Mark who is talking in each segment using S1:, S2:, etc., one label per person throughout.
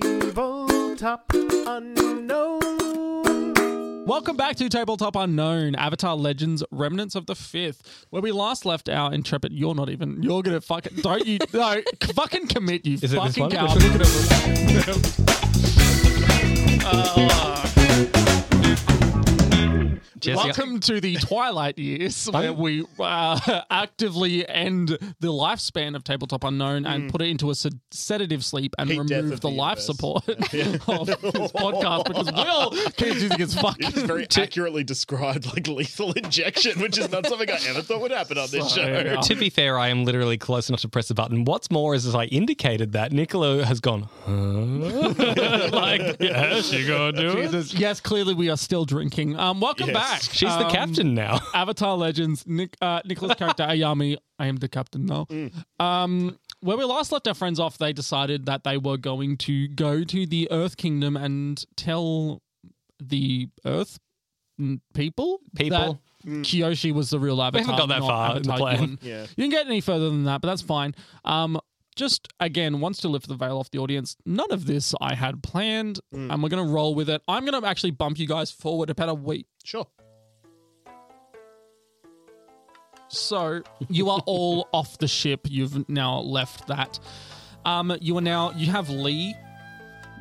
S1: Tabletop unknown.
S2: Welcome back to Tabletop Unknown, Avatar Legends Remnants of the Fifth, where we last left our intrepid. You're not even. You're gonna fucking. Don't you? No, c- fucking commit, you
S3: Is it this
S2: fucking
S3: one?
S2: cow. Look at it. Uh,
S3: Jesse,
S2: Welcome to the twilight years, where we uh, actively end the lifespan of Tabletop Unknown and put it into a sed- sedative sleep and
S1: Heat death
S2: remove
S1: of
S2: the,
S1: the
S2: life
S1: universe.
S2: support of this podcast because Will keeps using his fucking.
S1: It is very
S2: dick.
S1: accurately described like lethal injection, which is not something I ever thought would happen on this
S2: So,
S1: show.
S2: yeah.
S3: To be fair, I am literally close enough to press the button. What's more is as I indicated that, Nicola has gone, huh? like, yes, you're going to do it.
S2: Jesus. Yes, clearly we are still drinking. Um, welcome
S1: Yes.
S2: back.
S3: She's the
S2: Um,
S3: captain now.
S2: Avatar Legends, Nick, uh, Nicholas character Ayami. I am the captain now. Um, where we last left our friends off, they decided that they were going to go to the Earth Kingdom and tell the Earth n- people,
S3: People.
S2: that Kyoshi was the real avatar.
S3: haven't got that
S2: not
S3: far in the
S2: Avatar
S3: plan.
S2: Yuen.
S1: Yeah.
S2: You can get any further than that, but that's fine. Um, just again, wants to lift the veil off the audience. None of this I had planned, and we're gonna roll with it. I'm gonna actually bump you guys forward about a week.
S1: Sure.
S2: So you are all off the ship. You've now left that. Um, you are now you have Lee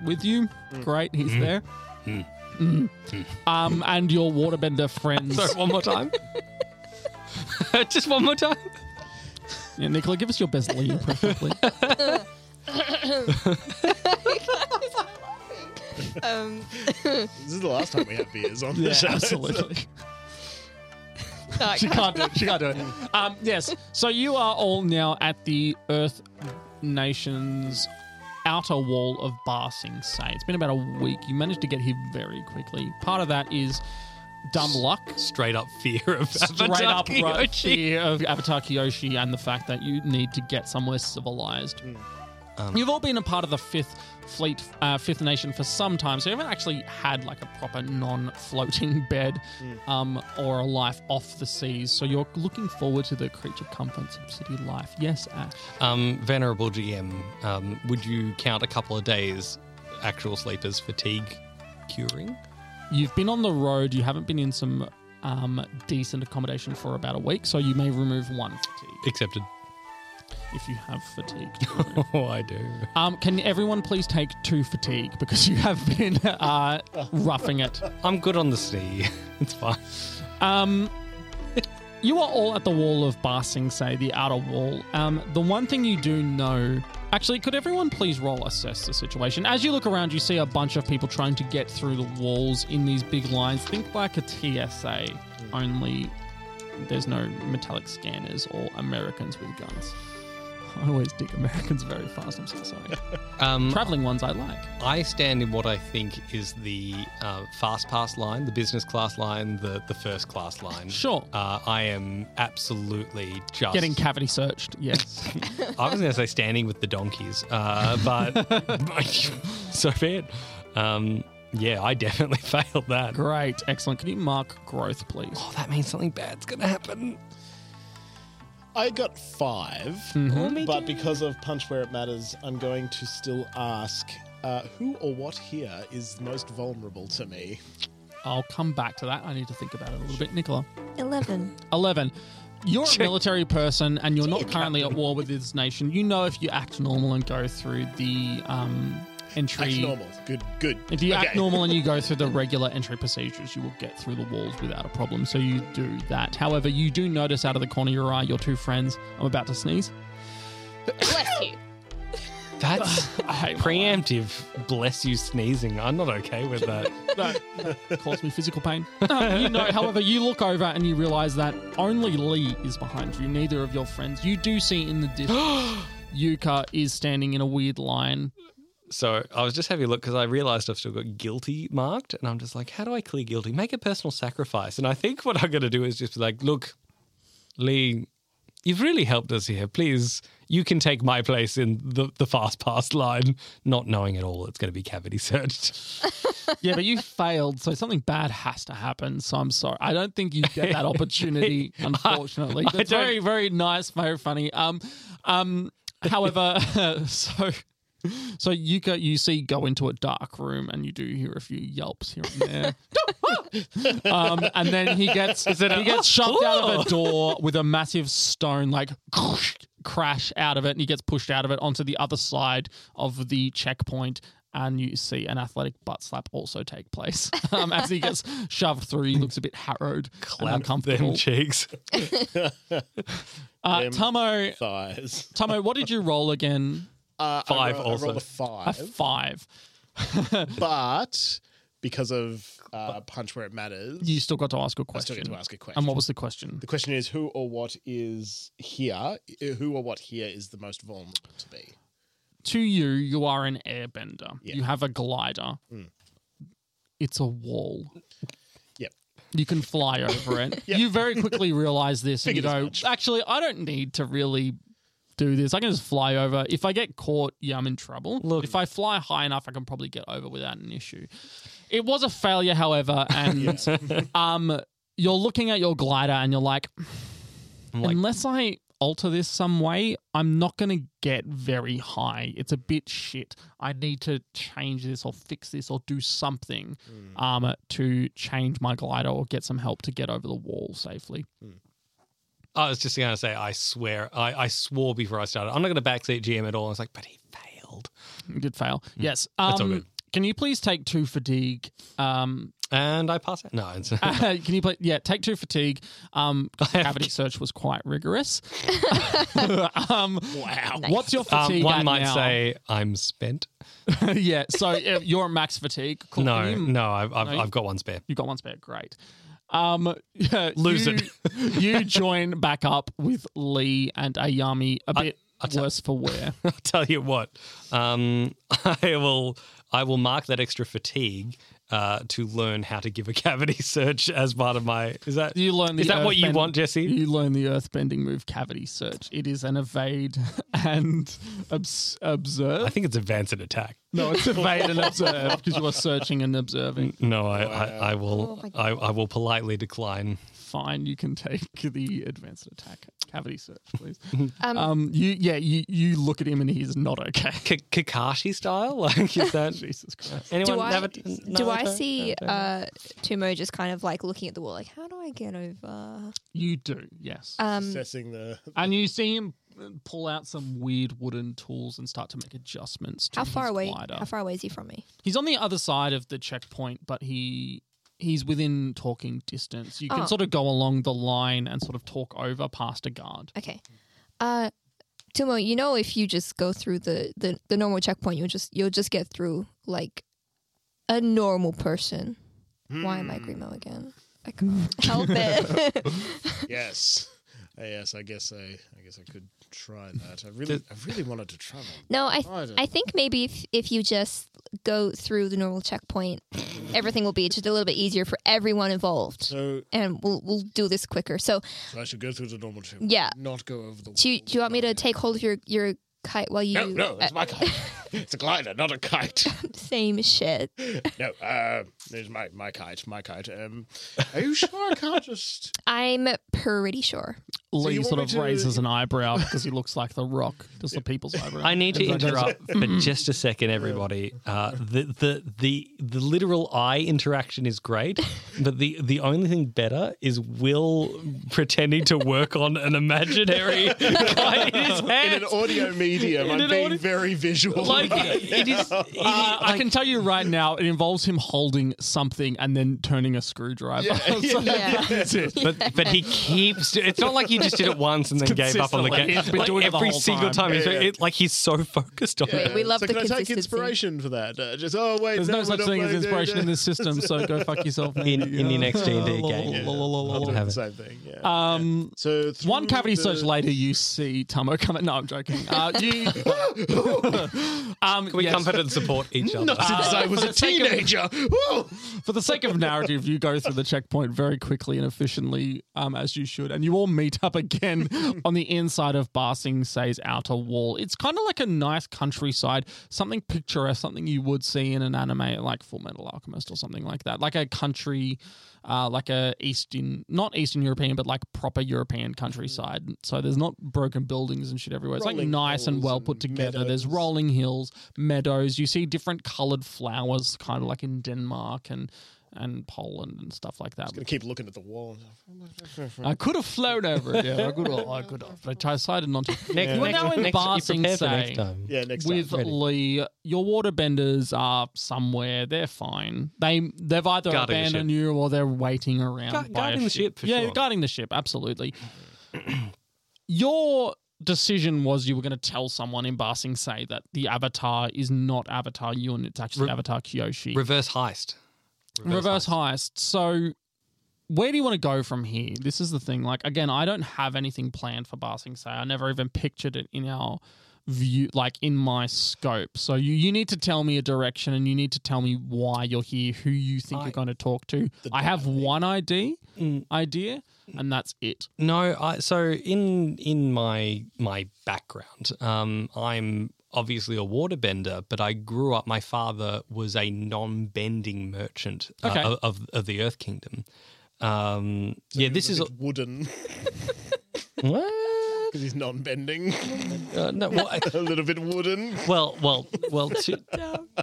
S2: with you. Great, he's there. Mm. Um, and your waterbender friends.
S3: Sorry, one more time. Just one more time.
S2: Yeah, Nicola, give us your best Lee, preferably.
S4: Um,
S1: This is the last time we have beers on
S2: yeah,
S1: the show.
S2: absolutely.
S4: like,
S2: She can't do it. She can't do it. Um, yes. So you are all now at the Earth Nation's outer wall of Bar Sing Se. It's been about a week. You managed to get here very quickly. Part of that is dumb luck.
S3: Straight up fear of
S2: Straight
S3: Avatar
S2: up right
S3: Kyoshi.
S2: fear of Avatar Kyoshi and the fact that you need to get somewhere civilized. You've all been a part of the Fifth Fleet, uh, Fifth Nation for some time, so you haven't actually had like a proper non-floating bed um, or a life off the seas. So you're looking forward to the creature comforts of city life. Yes, Ash.
S3: Um, venerable GM, um, would you count a couple of days actual sleep as fatigue curing?
S2: You've been on the road. You haven't been in some um, decent accommodation for about a week, so you may remove one fatigue
S3: Accepted.
S2: if you have fatigue. to remove.
S3: Oh, I do.
S2: Um, can everyone please take two fatigue because you have been uh, roughing it.
S3: I'm good on the sea. It's fine.
S2: Um, you are all at the wall of Bar Sing Se, the outer wall. Um, the one thing you do know, actually, could everyone please roll assess the situation? As you look around, you see a bunch of people trying to get through the walls in these big lines. Think like a TSA, only there's no metallic scanners or Americans with guns. I always dig Americans very fast. I'm so sorry.
S3: Um,
S2: Traveling ones I like.
S3: I stand in what I think is the uh, fast pass line, the business class line, the, the first class line.
S2: Sure.
S3: Uh, I am absolutely just
S2: Getting cavity searched, yes.
S3: I was going to say standing with the donkeys, uh, but so bad. Um, yeah, I definitely failed that.
S2: Great, excellent. Can you mark growth, please?
S3: Oh, that means something bad's going to happen.
S5: I got 5
S2: Mm-hmm.
S5: but because of Punch Where It Matters, I'm going to still ask uh, who or what here is most vulnerable to me?
S2: I'll come back to that. I need to think about it a little bit. Nicola.
S4: 11.
S2: 11. You're a military person and you're not
S3: Check.
S2: currently at war with this nation. You know if you act normal and go through the um, entry.
S1: Act normal. Good, good.
S2: If you act
S1: Okay.
S2: normal and you go through the regular entry procedures, you will get through the walls without a problem. So you do that. However, you do notice out of the corner of your eye your two friends. I'm about to sneeze.
S4: Bless you.
S3: That's
S2: I hate my life.
S3: preemptive. Bless you sneezing. I'm not okay with that.
S2: that caused me physical pain. Um, you know, however, you look over and you realize that only Lee is behind you, neither of your friends. You do see in the distance Yuka is standing in a weird line.
S3: So I was just having a look because I realized I've still got guilty marked, and I'm just like, how do I clear guilty? Make a personal sacrifice. And I think what I'm going to do is just be like, look, Lee, you've really helped us here. Please, you can take my place in the, the fast pass line, not knowing at all it's going to be cavity searched.
S2: Yeah, but you failed, so something bad has to happen. So I'm sorry. I don't think you get that opportunity, unfortunately.
S3: I
S2: That's
S3: don't-
S2: very, very nice, very funny. Um, um, however, so So you go, you see, go into a dark room, and you do hear a few yelps here and there. um, and then he gets he gets shoved out of a door with a massive stone, like crash out of it, and he gets pushed out of it onto the other side of the checkpoint. And you see an athletic butt slap also take place um, as he gets shoved through. He looks a bit harrowed, and
S3: Them
S2: uncomfortable.
S3: cheeks.
S2: Uh,
S5: them.
S2: Tomo,
S5: Thighs.
S2: Tomo, what did you roll again?
S5: Uh,
S3: Five
S5: I roll, I
S3: also.
S5: rolled a
S2: A
S5: five,
S2: five.
S5: but because of uh, punch where it matters,
S2: You still got to ask a
S5: I still
S2: question.
S5: get to ask a question.
S2: And what was the question?
S5: the question is who or what is here? Who or what here is the most vulnerable to be?
S2: to you, you are an airbender.
S5: Yeah. Mm.
S2: You have a glider. It's a wall.
S5: Yep.
S2: You can fly over it. You very quickly realize this and you
S5: Figured as
S2: go,
S5: much.
S2: actually, I don't need to really do this. I can just fly over. If I get caught, yeah, I'm in trouble. Look, if I fly high enough, I can probably get over without an issue. It was a failure, however, and um, you're looking at your glider and you're like,
S3: I'm like,
S2: unless I alter this some way, I'm not going to get very high. It's a bit shit. I need to change this or fix this or do something
S3: Hmm.
S2: um, to change my glider or get some help to get over the wall safely.
S3: I was just going to say, I swear, I, I swore before I started. I'm not going to backseat GM at all. I was like, but he failed.
S2: You did fail. Yes. Um,
S3: Hmm. That's all good.
S2: Can you please take two fatigue? Um,
S3: And I pass out. No, it's,
S2: can you play? Yeah, take two fatigue. Um, cavity search was quite rigorous. um,
S5: Wow.
S2: What's your
S3: um,
S2: fatigue?
S3: one
S2: at
S3: might
S2: now?
S3: say I'm spent.
S2: yeah. So uh, you're at max fatigue. Cool.
S3: No,
S2: Can you
S3: no, I've, I've,
S2: you-
S3: I've got one spare.
S2: You got one spare. Great. Um, yeah,
S3: Lose
S2: you,
S3: it.
S2: you join back up with Lee and Ayami a bit worse for wear.
S3: I'll tell you what. Um, I will I will mark that extra fatigue uh, to learn how to give a cavity search as part of my. Is that
S2: You learn the
S3: Is that what you
S2: earthbend-
S3: want, Jesse?
S2: You learn the earthbending move cavity search. It is an evade and obs-
S3: I
S2: observe.
S3: think it's advanced attack.
S2: No, it's evade and observe because you are searching and observing.
S3: No, I, I, I will
S4: Oh my
S3: I, I will politely decline.
S2: Fine, you can take the advanced attack cavity search, please.
S4: Um,
S2: Um, you yeah, you you look at him and he's not okay.
S3: K- Kakashi style, like is that
S2: Jesus Christ.
S3: anyone?
S4: do I,
S3: have a-
S4: do
S3: no,
S4: I
S3: okay.
S4: see
S3: Okay.
S4: uh, Tumo just kind of like looking at the wall, like, how do I get over?
S2: You do, yes.
S3: Mm.
S4: Um,
S5: Assessing the.
S2: And you see him uh, pull out some weird wooden tools and start to make adjustments. To
S4: how far
S2: his
S4: away?
S2: glider.
S4: How far away is he from me?
S2: He's on the other side of the checkpoint, but he he's within talking distance. You can
S4: Oh.
S2: sort of go along the line and sort of talk over past a guard.
S4: Okay. Uh, Tumo, you know if you just go through the, the, the normal checkpoint, you'll just you'll just get through like a normal person.
S3: Hmm.
S4: Why am I Grimo again? I can't help it.
S5: Yes. Uh, Yes, I guess I, I guess I could try that. I really, I really wanted to travel.
S4: no, I
S5: I don't-
S4: I think maybe if if you just go through the normal checkpoint, everything will be just a little bit easier for everyone involved,
S5: So,
S4: and we'll we'll do this quicker. So
S5: so I should go through the normal channel.
S4: Yeah.
S5: Not go over the.
S4: do you, do you want me to take hold of your your kite while you?
S5: No, no, it's
S4: uh,
S5: my kite. it's a glider, not a kite.
S4: same shit.
S5: No, uh, there's my my kite, my kite. Um, are you sure I can't just?
S4: I'm pretty sure.
S2: Lee
S5: you
S2: sort of
S5: want me to-
S2: raises an eyebrow because he looks like the rock, just the people's eyebrow.
S3: I Mm-hmm. need to
S2: Everyone goes,
S3: interrupt for just a second, everybody. Uh, the, the the the literal eye interaction is great, but the the only thing better is Will pretending to work on an imaginary guy in his
S5: In
S3: hand.
S5: an audio medium, I'm
S3: an
S5: being
S3: audio-
S5: very visual.
S3: Like it is. it is-
S2: Uh, I can tell you right now, it involves him holding something and then turning a screwdriver. So-
S4: Yeah.
S2: That's it.
S3: but but he keeps. do- It's not like he just did it once and then gave up on the
S2: consistently.
S3: game.
S2: He's been
S3: Like,
S2: doing it the
S3: every
S2: whole
S3: single
S2: time.
S3: time. he's
S5: Yeah, yeah.
S3: it- like he's so focused on it.
S4: We love
S5: so
S4: the
S5: can I take
S4: consistency.
S5: inspiration for that? Uh, just oh wait,
S2: There's no such thing as inspiration in this system, so go fuck yourself.
S3: In,
S2: mate.
S3: in the next D and D
S2: Yeah.
S3: game,
S2: La, la, la, la, la,
S3: I'll
S2: la.
S3: have it.
S5: Same thing. Yeah.
S2: Um,
S5: so
S2: one
S5: through
S2: cavity
S5: the-
S2: search later, you see Tamo coming. No, I'm joking. Uh, you, um,
S3: We
S2: yes,
S3: comfort and support each other.
S5: Not since I
S2: Uh,
S5: was a teenager. Woo!
S2: for the sake of narrative, you go through the checkpoint very quickly and efficiently, um, as you should, and you all meet up again on the inside of Barsing Say's outer wall. It's kind of like a nice countryside, something picturesque, something you would see in an anime like Full Metal Alchemist or something like that, like a country. Uh, like a Eastern, not Eastern European, but like proper European countryside. So there's not broken buildings and shit everywhere. It's like
S5: Mm. Rolling
S2: nice and
S5: hills
S2: well
S5: and
S2: put together. There's
S5: meadows.
S2: rolling hills hills, meadows. You see different coloured flowers, kind of like in Denmark and and Poland and stuff like that.
S5: Gonna keep looking at the wall.
S2: I could have flown over it. Yeah, I could have. I could have. But I decided not to. You are now in
S3: you
S2: Basing
S3: prepare for next
S2: Say
S3: time.
S5: Yeah, next
S2: with
S5: time.
S2: Lee. Your waterbenders are somewhere. They're fine. They they've either
S3: Guarding the
S2: abandoned you or they're waiting around. by a
S3: Gu- guarding the ship, for
S2: yeah,
S3: sure.
S2: guarding the ship. Absolutely. your decision was you were going to tell someone in Basing Say that the avatar is not Avatar Yun. It's actually
S3: Re-
S2: Avatar Kyoshi.
S3: Reverse heist.
S2: Reverse heist. So, where do you want to go from here? This is the thing. Like, again, I don't have anything planned for Basing Say. I never even pictured it in our view, like in my scope. So, you, you need to tell me a direction and you need to tell me why you're here, who you think
S3: I-
S2: you're going to talk to. I have one ID, idea, and that's it.
S3: No, I, so in in my my background, um, I'm obviously a waterbender, but I grew up. My father was a non-bending merchant uh,
S2: Okay.
S3: of, of the Earth Kingdom. Um, yeah, this is
S5: It's wooden because
S3: what?
S5: he's non-bending.
S3: Uh, no, well, I-
S5: a little bit wooden.
S3: well, well, well. To,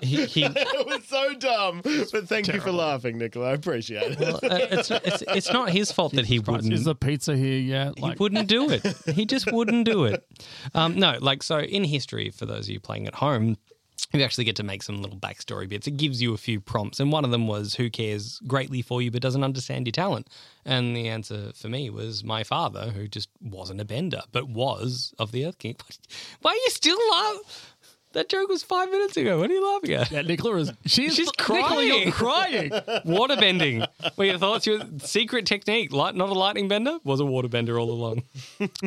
S3: he, he, uh,
S5: It was so dumb, but thank you for laughing, Nicola. I appreciate it.
S3: well, uh, it's, it's it's not his fault that he wouldn't.
S2: Is the pizza here yet? Like,
S3: he wouldn't do it. He just wouldn't do it. Um, no, like so in history, for those of you playing at home, you actually get to make some little backstory bits. It gives you a few prompts, and one of them was who cares greatly for you but doesn't understand your talent. And the answer for me was my father, who just wasn't a bender but was of the Earth King. Why are you still laughing? That joke was five minutes ago. What are you laughing at?
S2: yeah, Nicola is. She's,
S3: She's
S2: Nicola,
S3: crying.
S2: you're crying.
S3: Water bending. Were your thoughts your secret technique? Light, not a lightning bender? Was a water bender all along.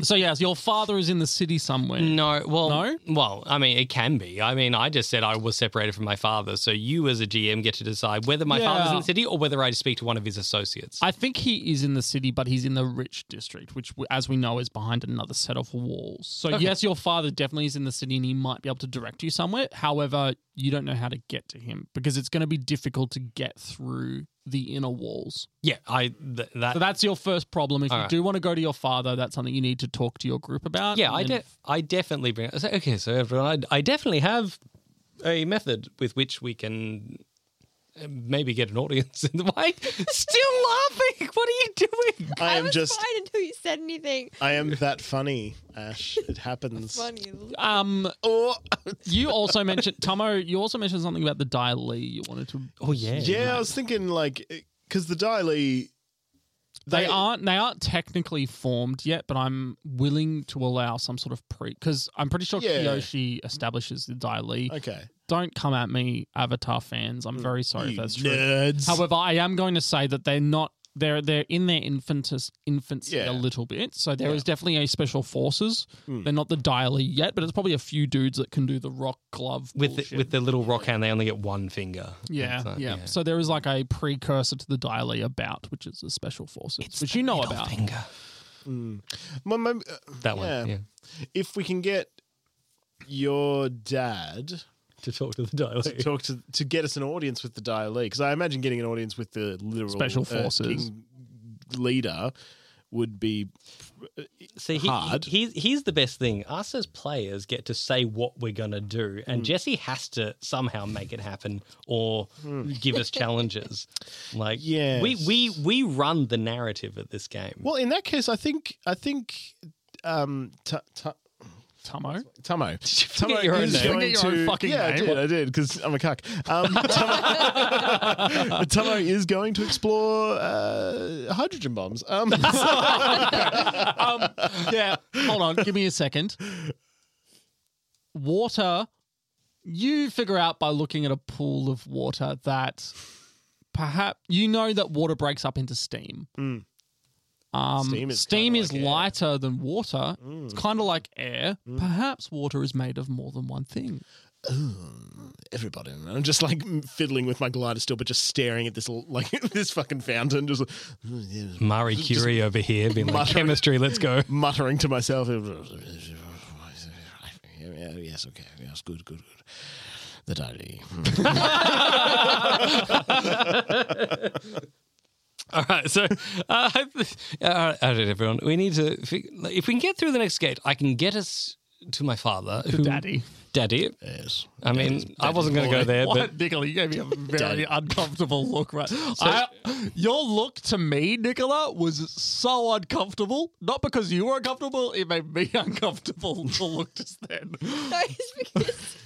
S2: so, yes, your father is in the city somewhere.
S3: No, well,
S2: No?
S3: well, I mean, it can be. I mean, I just said I was separated from my father, so you, as a GM, get to decide whether my
S2: Yeah.
S3: father's in the city or whether I speak to one of his associates.
S2: I think he is in the city, but he's in the rich district, which, w- as we know, is behind another set of walls. So, yes, your father definitely is in the city and he might be able to direct you somewhere. However, you don't know how to get to him because it's going to be difficult to get through the inner walls.
S3: yeah, I th- that.
S2: So, that's your first problem. If you
S3: Alright.
S2: do want to go to your father, that's something you need to talk to your group about.
S3: yeah,
S2: and
S3: I
S2: then-
S3: de- I definitely bring. so- Okay, so everyone, I, I definitely have a method with which we can uh, maybe get an audience in the way. Still laughing. What are you doing?
S5: I
S4: I
S5: am
S4: was
S5: just,
S4: fine until you said anything
S5: I am that funny, Ash. It happens.
S4: funny.
S2: Um,
S5: Oh,
S2: you also mentioned, Tomo, you also mentioned something about the Dai Li you wanted to.
S3: Oh yeah,
S5: yeah. I was thinking like because the Daily,
S2: they aren't they aren't technically formed yet, but I'm willing to allow some sort of pre because I'm pretty sure
S5: Yeah.
S2: Kyoshi establishes the Dai Li.
S5: Okay.
S2: Don't come at me, Avatar fans. I'm very sorry if
S5: You
S2: that's true.
S5: nerds.
S2: However, I am going to say that they're not they're they're in their infantis, infancy
S5: Yeah. Hmm.
S2: a little bit. So there is definitely a special forces. They're not the Dai Li yet, but it's probably a few dudes that can do the rock glove
S3: With the,
S2: bullshit.
S3: with the little rock hand, they only get one finger.
S2: yeah,
S3: It's like,
S2: yeah, So there is like a precursor to the Dai Li about, which is the special forces, which you know
S3: Middle
S2: about.
S3: finger.
S5: My- my- uh,
S3: That one.
S5: Yeah.
S3: yeah.
S5: if we can get your dad
S3: to talk to the dialogue.
S5: to talk to to get us an audience with the Daily, because I imagine getting an audience with the literal
S2: Special
S5: uh,
S2: forces.
S5: king leader would be
S3: See, he,
S5: hard.
S3: he- he's, here's the best thing. Us as players get to say what we're going to do, and Jesse has to somehow make it happen or give us challenges. Like,
S5: Yes.
S3: we, we, we run the narrative at this game.
S5: well. In that case, I think I think um, t- t-
S2: Tomo.
S5: Tomo.
S3: forget
S5: Tomo
S3: your own
S5: is
S3: name?
S5: going
S2: Forget your own
S5: to-
S2: fucking
S5: yeah,
S2: name.
S5: I did. I did because I'm a cuck. Um, Tomo, but Tomo is going to explore uh, hydrogen bombs. Um,
S2: um, yeah, hold on. Give me a second. Water. You figure out by looking at a pool of water that perhaps you know that water breaks up into steam. Um, steam
S5: Mm. Steam
S2: is,
S5: is kinda like air. Mm.
S2: lighter than water. It's kind of like air. Perhaps water is made of more than one thing.
S5: everybody, and I'm just like fiddling with my glider still, but just staring at this l- like this fucking fountain, just like, "Mm, yeah,"
S3: Marie Curie over here being like, chemistry, let's go.
S5: muttering to myself. Yeah, Yes, okay, yes, good, good, good. The diary.
S3: All right, so uh, I- all right, all right, everyone, we need to. If we can get through the next gate, I can get us to my father, who,
S2: Daddy.
S3: that it?
S5: Yes.
S3: I mean, I wasn't going to go there, but
S2: What, Nicola? You gave me a very uncomfortable look. Right, I- your look to me, Nicola, was so uncomfortable. Not because you were uncomfortable; it made me uncomfortable. The look just then.
S4: No, it's because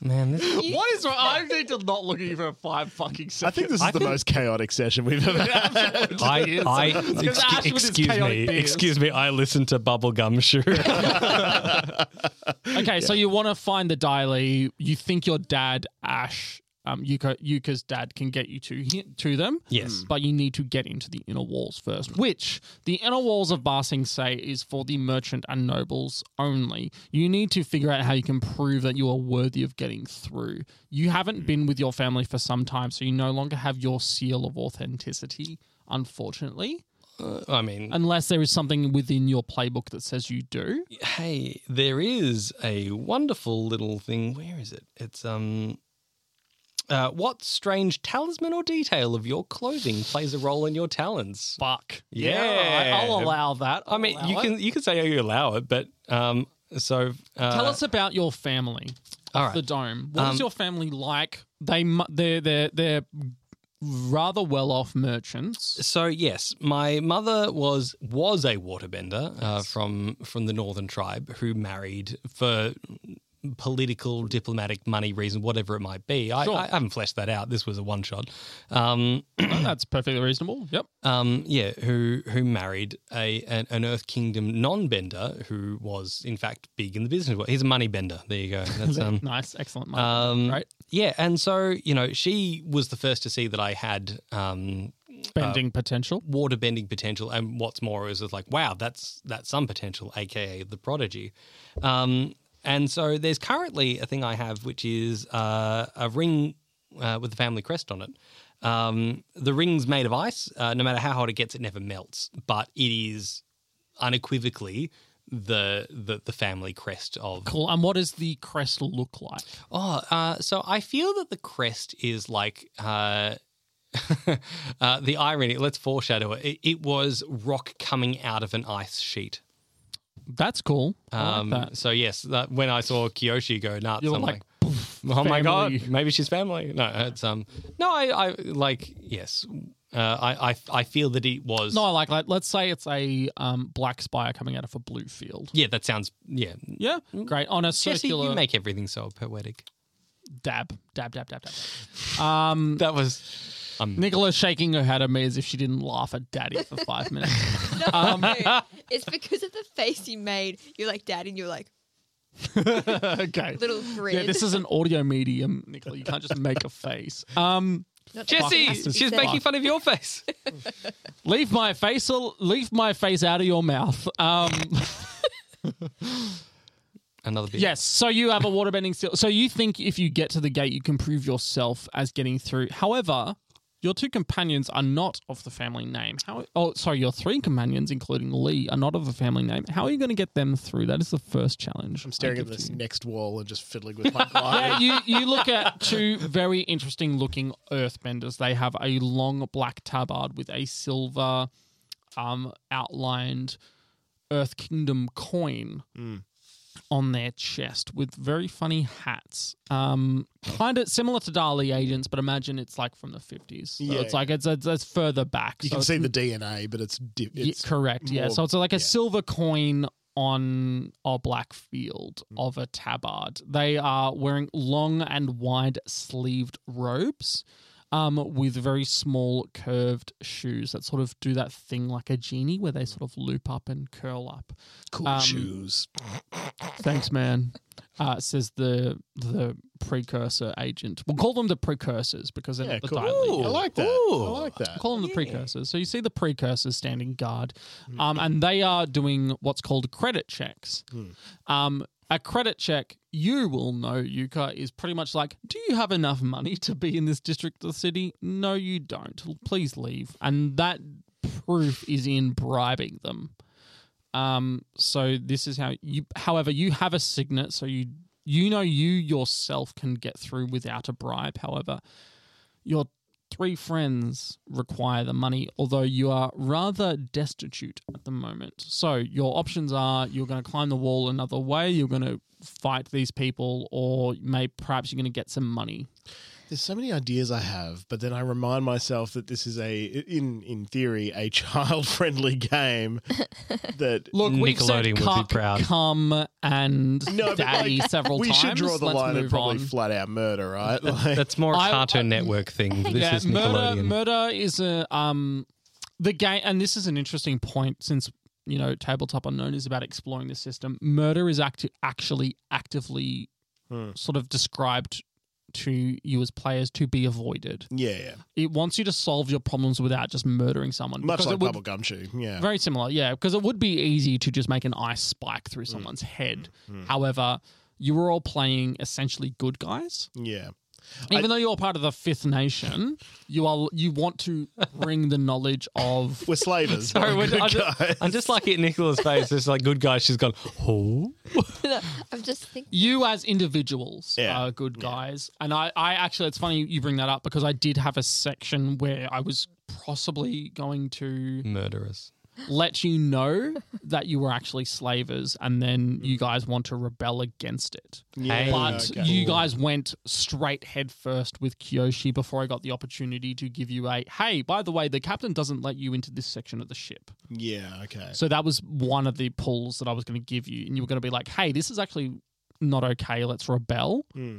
S3: man, this,
S2: What is wrong? I need to not look at you for five fucking
S1: I
S2: seconds.
S1: think this is the most chaotic session we've ever had.
S3: I, I
S2: because Ash
S3: excu-
S2: with his
S3: excuse me,
S2: chaotic beers.
S3: excuse me. I listened to Bubblegum Shoe.
S2: Okay, so you want to find the dialy. You think your dad, Ash, um, Yuka, Yuka's dad, can get you to hi- to them.
S3: Yes.
S2: but you need to get into the inner walls first. Which the inner walls of Ba Sing Se is for the merchant and nobles only. You need to figure out how you can prove that you are worthy of getting through. You
S3: Mm.
S2: haven't been with your family for some time, so you no longer have your seal of authenticity. Unfortunately,
S3: I mean,
S2: unless there is something within your playbook that says you do.
S3: hey, there is a wonderful little thing. Where is it? It's um. Uh, what strange talisman or detail of your clothing plays a role in your talents?
S2: Fuck.
S3: Yeah.
S2: I, will allow that.
S3: I mean,
S2: I'll
S3: you
S2: allow it.
S3: can you can say you allow it, but um, so uh,
S2: tell us about your family.
S3: All
S2: The
S3: right.
S2: dome. What was
S3: Um,
S2: your family like? They mu- they're they're they're rather well off merchants.
S3: So yes, my mother was was a waterbender uh, from from the northern tribe who married for political, diplomatic, money reason, whatever it might be. I,
S2: Sure.
S3: I haven't fleshed that out. This was a one shot. Um,
S2: No, Oh, That's perfectly reasonable. Yep.
S3: um, yeah, who who married a an, an Earth Kingdom non bender who was in fact big in the business world. He's a money bender. There you go. That's um,
S2: Nice. Excellent. Mike.
S3: um,
S2: right.
S3: Yeah, and so you know, she was the first to see that I had um,
S2: Bending potential.
S3: water bending potential and what's more is it's like wow that's that's some potential aka the prodigy um and so there's currently a thing i have which is uh, a ring uh, with the family crest on it um the ring's made of ice uh, no matter how hot it gets it never melts but it is unequivocally the the, the family crest of
S2: Cool. And what does the crest look like?
S3: Oh, uh, so I feel that the crest is like uh, uh, the irony. Let's foreshadow it. it. It was rock coming out of an ice sheet.
S2: That's cool. I
S3: Um,
S2: like that.
S3: So yes, that, when I saw Kyoshi go nuts,
S2: You're
S3: I'm
S2: like,
S3: like, oh my
S2: family."
S3: god, maybe she's family. No, it's um, no, I, I like yes, uh, I, I, I feel that it was.
S2: No, I like that. Let's say it's a um, black spire coming out of a blue field.
S3: Yeah, that sounds yeah.
S2: Yeah. Great. On a
S3: Jesse,
S2: circular
S3: you make everything so poetic.
S2: dab, dab, dab, dab, dab. Um,
S3: That was
S2: Nicola's shaking her head at me as if she didn't laugh at Daddy for five minutes.
S4: no, um, it's because of the face you made. You're like dad, and you're like
S2: okay.
S4: little grin.
S2: Yeah, this is an audio medium, Nicola. You can't just make a face. Um,
S4: Not that it
S3: Jesse.
S4: has to be
S3: She's
S4: said.
S3: making fun of your face.
S2: leave my face, al- leave my face out of your mouth. Um,
S3: Another bit.
S2: yes. So you have a waterbending seal. So you think if you get to the gate, you can prove yourself as getting through. However, your two companions are not of the family name. How? Oh, sorry. Your three companions, including Lee, are not of the family name. How are you going to get them through? That is the first challenge.
S5: I'm staring at this next wall and just fiddling with my glider.
S2: Yeah, you, you look at two very interesting looking earthbenders. They have a long black tabard with a silver um, outlined Earth Kingdom coin
S5: Mm.
S2: on their chest with very funny hats. Um, kind of similar to Dali agents, but imagine it's like from the 50s. So
S5: Yeah.
S2: it's like it's, it's, it's further back.
S5: You
S2: So
S5: can
S2: it's
S5: see the DNA, but it's di-
S2: Ye-
S5: it's
S2: correct. yeah.
S5: more-
S2: So it's like a silver coin on a black field
S5: Mm-hmm.
S2: of a tabard. They are wearing long and wide sleeved robes. Um, with very small curved shoes that sort of do that thing like a genie where they
S5: Mm-hmm.
S2: sort of loop up and curl up.
S5: cool
S2: um,
S5: shoes.
S2: Thanks, man. Uh, says the the precursor agent. We'll call them the precursors because they're
S5: Yeah,
S2: not the
S5: cool.
S2: dial
S5: I like that. I like that.
S2: Call them the precursors. So you see the precursors standing guard, um, and they are doing what's called credit checks. Um, a credit check, you will know, Yuka, is pretty much like, do you have enough money to be in this district of the city? No, you don't. Please leave. And that proof is in bribing them. Um, so this is how you. However, you have a signet, so you you know you yourself can get through without a bribe. However, your three friends require the money, although you are rather destitute at the moment. So your options are: you're going to climb the wall another way, you're going to fight these people, or may perhaps you're going to get some money.
S5: There's so many ideas I have, but then I remind myself that this is a in in theory a child friendly game that
S2: Look, we've said
S3: Nickelodeon would be
S2: cuck,
S3: proud.
S2: come and
S5: No, but,
S2: daddy several
S5: we
S2: times.
S5: should draw the
S2: Let's
S5: line at
S2: move
S5: probably
S2: on.
S5: flat out murder, right? Like,
S3: That's more a
S2: I-
S3: Cartoon Network thing. This
S2: yeah,
S3: is
S2: murder.
S3: Nickelodeon.
S2: Murder is a um, the game, and this is an interesting point since you know tabletop unknown is about exploring the system. Murder is act- actually actively
S5: Hmm.
S2: sort of described to you as players to be avoided.
S5: yeah, yeah.
S2: It wants you to solve your problems without just murdering someone.
S5: much
S2: because
S5: like
S2: it would-
S5: Bubble Gum Chew. Yeah,
S2: Very similar, yeah, because it would be easy to just make an ice spike through someone's head. However, you were all playing essentially good guys.
S5: yeah.
S2: Even though you're part of the Fifth Nation, you are you want to bring the knowledge of
S5: We're slavers.
S3: Sorry,
S5: we're
S3: we're-
S5: good
S3: I'm, just,
S5: guys.
S3: I'm just like at Nicola's face. It's like good guy. She's gone. Oh,
S4: I'm just thinking.
S2: you as individuals
S5: Yeah.
S2: are good guys. And I, I actually, it's funny you bring that up because I did have a section where I was possibly going to
S3: murderous.
S2: let you know that you were actually slavers and then you guys want to rebel against it.
S5: Mm. Yeah,
S2: But
S5: okay.
S2: you guys went straight head first with Kyoshi before I got the opportunity to give you a hey, by the way, the captain doesn't let you into this section of the ship.
S5: yeah, okay.
S2: So that was one of the pulls that I was going to give you. And you were going to be like, hey, this is actually not okay. Let's rebel.
S5: Hmm.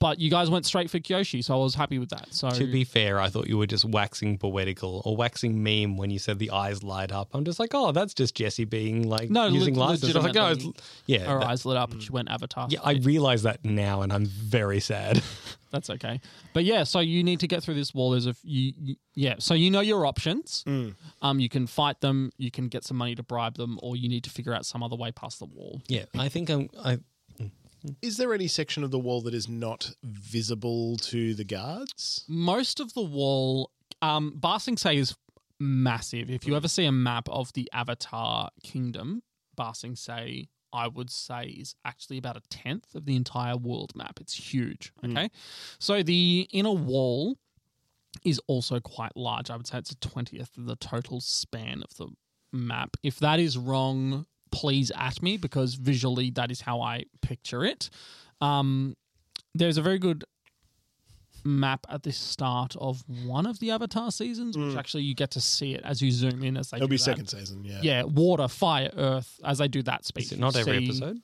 S2: But you guys went straight for Kyoshi. So I was happy with that. So
S3: To be fair, I thought you were just waxing poetical or waxing meme when you said the eyes light up. I'm just like, oh, that's just Jesse being like
S2: No,
S3: using
S2: le-
S3: license. I was like, no, it's,
S2: legitimately.
S3: yeah,
S2: her
S3: that-
S2: eyes lit up and she went Avatar.
S3: yeah. I realize that now, and I'm very sad.
S2: That's okay. But yeah, so you need to get through this wall. There's a f- you, you- yeah. So you know your options. Um, you can fight them. You can get some money to bribe them, or you need to figure out some other way past the wall.
S3: yeah, I think I'm. I,
S5: Is there any section of the wall that is not visible to the guards?
S2: Most of the wall, um, Ba Sing Se is massive. If you ever see a map of the Avatar Kingdom, Ba Sing Se, I would say, is actually about a tenth of the entire world map. It's huge. Okay, so the inner wall is also quite large. I would say it's a twentieth of the total span of the map. If that is wrong, please at me because visually that is how I picture it. Um, there's a very good map at the start of one of the Avatar seasons, which actually you get to see it as you zoom in as they
S5: It'll
S2: do
S5: be
S2: that.
S5: second season, yeah.
S2: Yeah, water, fire, earth, as they do that speech.
S3: is it not every
S2: See-
S3: episode?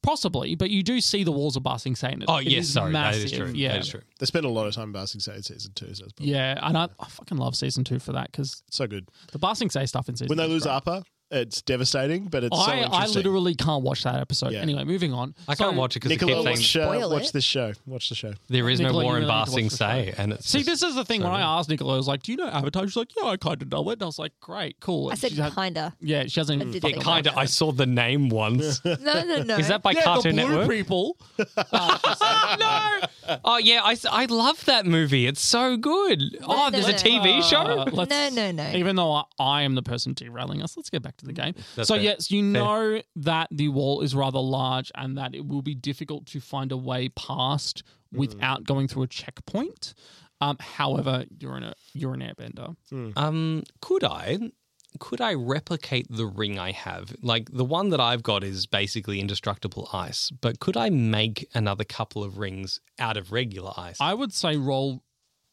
S2: Possibly, but you do see the walls of Ba Sing Se in it.
S3: Oh,
S2: It
S3: yes,
S2: is
S3: sorry, that is
S2: massive,
S3: true.
S2: Yeah,
S3: that is true.
S5: They spend a lot of time basking say season two, so it's probably
S2: Yeah, and I, I fucking love season two for that because
S5: so good.
S2: the Ba Sing Se stuff in season
S5: When they
S2: two is
S5: lose
S2: great.
S5: Upper, it's devastating, but it's so
S2: I,
S5: interesting.
S2: I literally can't watch that episode.
S5: Yeah.
S2: Anyway, moving on.
S3: I
S2: So-
S3: can't watch it because it
S5: Nicola,
S3: kept saying
S5: watch, uh,
S4: Spoil
S5: watch
S4: it.
S5: this show. Watch the show.
S3: there is no
S2: Nicola, you
S3: war in
S2: really need to
S3: Basing
S2: watch the show.
S3: Say, and it's
S2: See,
S3: just-
S2: this is the thing. When I asked Nicola, I was like, "Do you know Avatar?" She's like, "Yeah, I kind of know it." And I was like, "Great, cool."
S4: I
S2: And
S4: said
S2: she had-
S4: kinda.
S2: "Yeah, she hasn't."
S4: I
S2: even
S4: did
S2: fucking
S4: think
S2: watched
S3: kind of. I saw the name once.
S4: No, no, no.
S3: Is that by
S2: it. Yeah, the
S3: Cartoon
S2: blue
S3: Network?
S2: people.
S3: no. Oh yeah, I, I love that movie. It's so good. Oh, there's a TV
S2: Uh,
S3: show.
S2: let's-
S4: No, no, no.
S2: Even though I, I am the person derailing us, let's get back to the game.
S3: That's
S2: so,
S3: fair.
S2: yes, you know that the wall is rather large and that it will be difficult to find a way past
S3: Hmm.
S2: without going through a checkpoint. Um, however, you're in a you're an airbender.
S3: Um, could I? Could I replicate the ring I have? Like the one that I've got is basically indestructible ice, but could I make another couple of rings out of regular ice?
S2: I would say roll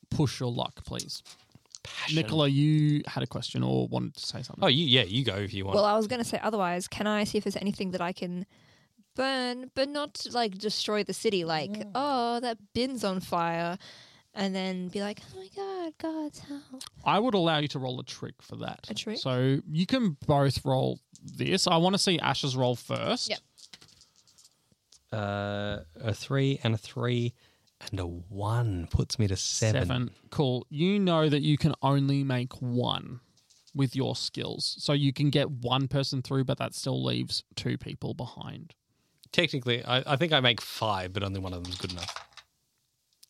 S2: push your luck, please.
S3: Passion.
S2: Nicola, you had a question or wanted to say something.
S3: Oh, you yeah, you go if you want.
S4: Well, I was going to say otherwise. Can I see if there's anything that I can burn, but not like destroy the city? Like, oh, that bin's on fire. And then be like, oh my God, God's hell.
S2: I would allow you to roll a trick for that.
S4: A trick?
S2: So you can both roll this. I want to see Ash's roll first.
S4: Yep.
S3: uh, a three and a three and a one puts me to seven.
S2: Seven. Cool. You know that you can only make one with your skills. So you can get one person through, but that still leaves two people behind.
S3: Technically, I, I think I make five, but only one of them's good enough.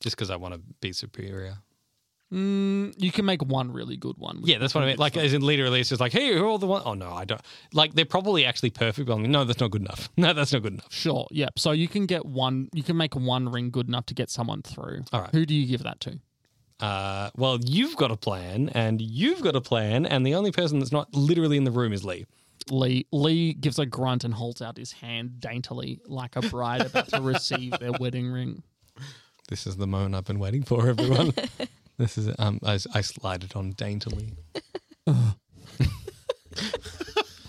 S3: Just because I want to be superior.
S2: Mm, you can make one really good one. with-
S3: Yeah, that's what I mean. Like, as in literally, it's just like, hey, who are all the one? Oh no, I don't. Like, they're probably actually perfect. But I'm like, no, that's not good enough. No, that's not good enough.
S2: Sure. Yep. So you can get one. You can make one ring good enough to get someone through.
S3: All right.
S2: Who do you give that to?
S3: Uh, well, you've got a plan, and you've got a plan, and the only person that's not literally in the room is Lee.
S2: past Lee. Lee gives a grunt and holds out his hand daintily, like a bride about to receive their wedding ring.
S3: This is the moment I've been waiting for, everyone. this is it. Um, I, I slide it on daintily.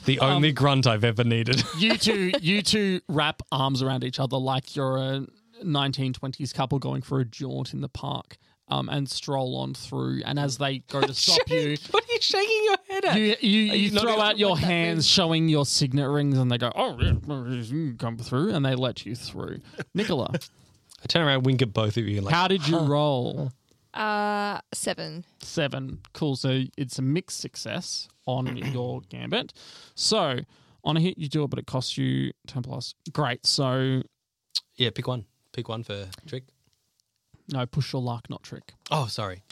S3: the only grunt I've ever needed.
S2: You two, you two wrap arms around each other like you're a 1920s couple going for a jaunt in the park, um, and stroll on through. And as they go to stop you,
S3: what are you shaking your head at?
S2: you you, you
S3: not
S2: throw
S3: gonna
S2: out your hands, showing your signet rings, and they go, "Oh, yeah, you can come through," and they let you through. Nicola,
S3: I turn around, wink at both of you, like
S2: how did you roll?
S4: Uh, seven.
S2: Seven. Cool. So it's a mixed success on your gambit. So on a hit, you do it, but it costs you ten plus. Great. So
S3: yeah, pick one, pick one for trick.
S2: no, push your luck, not trick.
S3: Oh, sorry.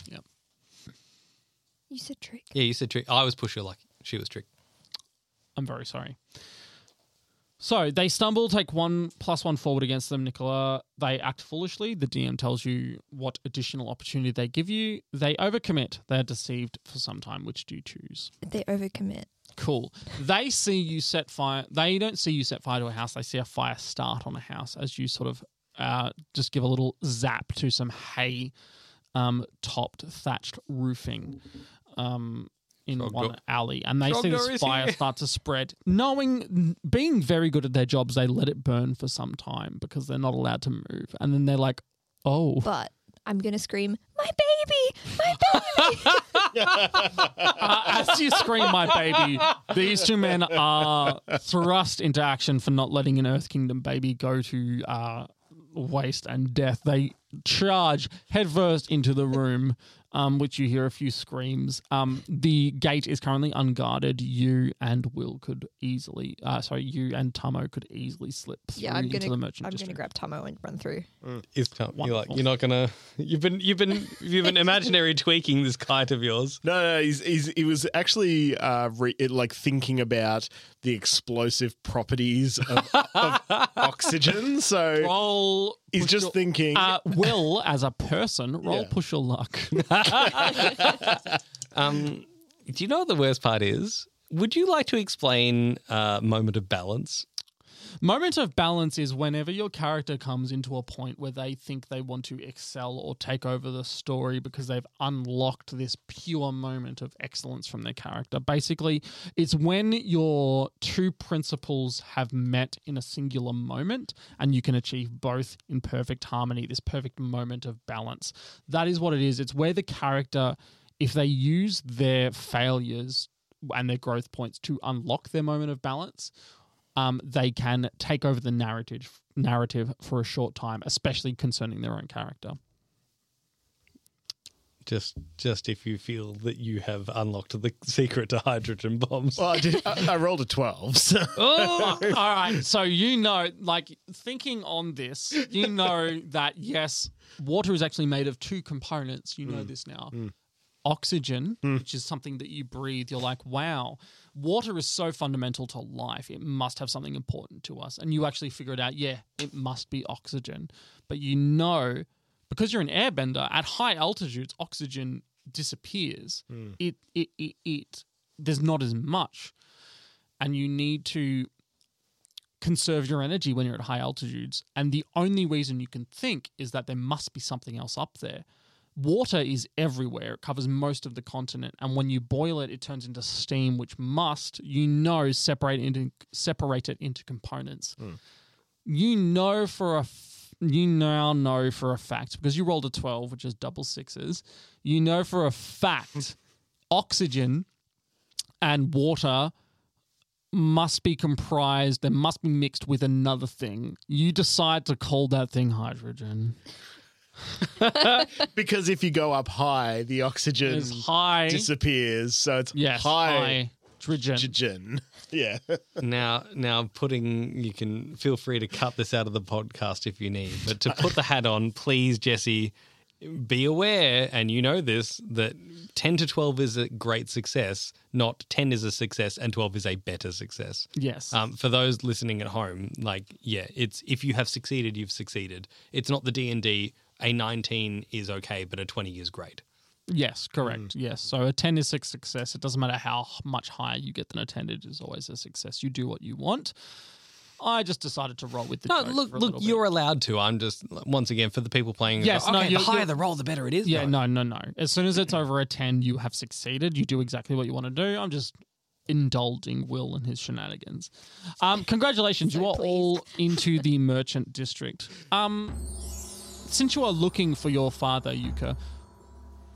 S4: You said trick.
S3: Yeah, you said trick. I was push your luck. She was trick.
S2: I'm very sorry. So they stumble, take one plus one forward against them, Nicola. They act foolishly. The DM tells you what additional opportunity they give you. They overcommit. They are deceived for some time. Which do you choose?
S4: They overcommit.
S2: Cool. They see you set fire. They don't see you set fire to a house. They see a fire start on a house as you sort of uh, just give a little zap to some hay um, topped thatched roofing um, in
S3: Frog
S2: one
S3: door-
S2: alley. And they
S3: Frog
S2: see
S3: door
S2: this
S3: is
S2: fire
S3: here.
S2: start to spread. Knowing, being very good at their jobs, they let it burn for some time because they're not allowed to move. And then they're like, oh.
S4: But I'm gonna scream, my baby, my baby.
S2: Uh, as you scream, my baby, these two men are thrust into action for not letting an Earth Kingdom baby go to uh, waste and death. They charge headfirst into the room, um, which you hear a few screams. Um, the gate is currently unguarded. You and Will could easily, uh, sorry, you and Tamo could easily slip through
S4: yeah, I'm
S2: into the
S4: gonna.
S2: merchant
S4: I'm
S2: district.
S4: gonna grab Tomo and run through.
S3: Is you're like
S2: Wonderful.
S3: you're not gonna. You've been you've been you've been imaginary tweaking this kite of yours.
S5: No, no, he's, he's, he was actually uh, re- it, like thinking about the explosive properties of, of oxygen. So
S2: Roll.
S5: he's
S2: push
S5: just
S2: your-
S5: thinking.
S2: uh, Will, as a person, roll
S5: Yeah.
S2: push your luck.
S3: Um, do you know what the worst part is? Would you like to explain uh, moment of balance?
S2: Moment of balance is whenever your character comes into a point where they think they want to excel or take over the story because they've unlocked this pure moment of excellence from their character. Basically, it's when your two principles have met in a singular moment and you can achieve both in perfect harmony, this perfect moment of balance. That is what it is. It's where the character, if they use their failures and their growth points to unlock their moment of balance, um, they can take over the narrative narrative for a short time, especially concerning their own character.
S3: Just just if you feel that you have unlocked the secret to hydrogen bombs.
S5: well, I, did, I, I rolled a twelve. So.
S2: Oh, all right. So you know, like thinking on this, you know that yes, water is actually made of two components. You know this now. Oxygen, which is something that you breathe, you're like, wow, water is so fundamental to life. It must have something important to us. And you actually figure it out, yeah, it must be oxygen. But you know, because you're an airbender, at high altitudes, oxygen disappears. It, it, it, it, there's not as much and you need to conserve your energy when you're at high altitudes. And the only reason you can think is that there must be something else up there. Water is everywhere, it covers most of the continent. And when you boil it, it turns into steam, which must, you know, separate, into, separate it into components. You know for a f- you now know for a fact because you rolled a 12 which is double sixes you know for a fact oxygen and water must be comprised and must be mixed with another thing. You decide to call that thing hydrogen.
S5: Because if you go up high, the oxygen
S2: It's high.
S5: disappears. So it's
S2: yes,
S5: high
S2: hydrogen.
S5: oxygen. Yeah.
S3: Now, now, putting you can feel free to cut this out of the podcast if you need, but to put the hat on, please, Jesse, be aware, and you know this that ten to twelve is a great success, not ten is a success, and twelve is a better success.
S2: yes.
S3: Um, for those listening at home, like yeah, it's if you have succeeded, you've succeeded. It's not the D and D. A nineteen is okay, but a twenty is great.
S2: Yes, correct.
S3: mm.
S2: Yes. So a 10 is a success. It doesn't matter how h- much higher you get than a 10, it is always a success. You do what you want. I just decided to roll with the
S3: No,
S2: joke
S3: look,
S2: for a
S3: look,
S2: little bit.
S3: you're allowed to. I'm just once again for the people playing. it's
S2: Yes,
S3: like,
S2: no,
S3: okay,
S2: you're-
S3: the higher
S2: you're-
S3: the roll, the better it is.
S2: Yeah,
S3: though.
S2: no, no, no. As soon as it's over a 10, you have succeeded. You do exactly what you want to do. I'm just indulging Will and his shenanigans. Um, congratulations, you are all into the merchant district. Um, since you are looking for your father, Yuka,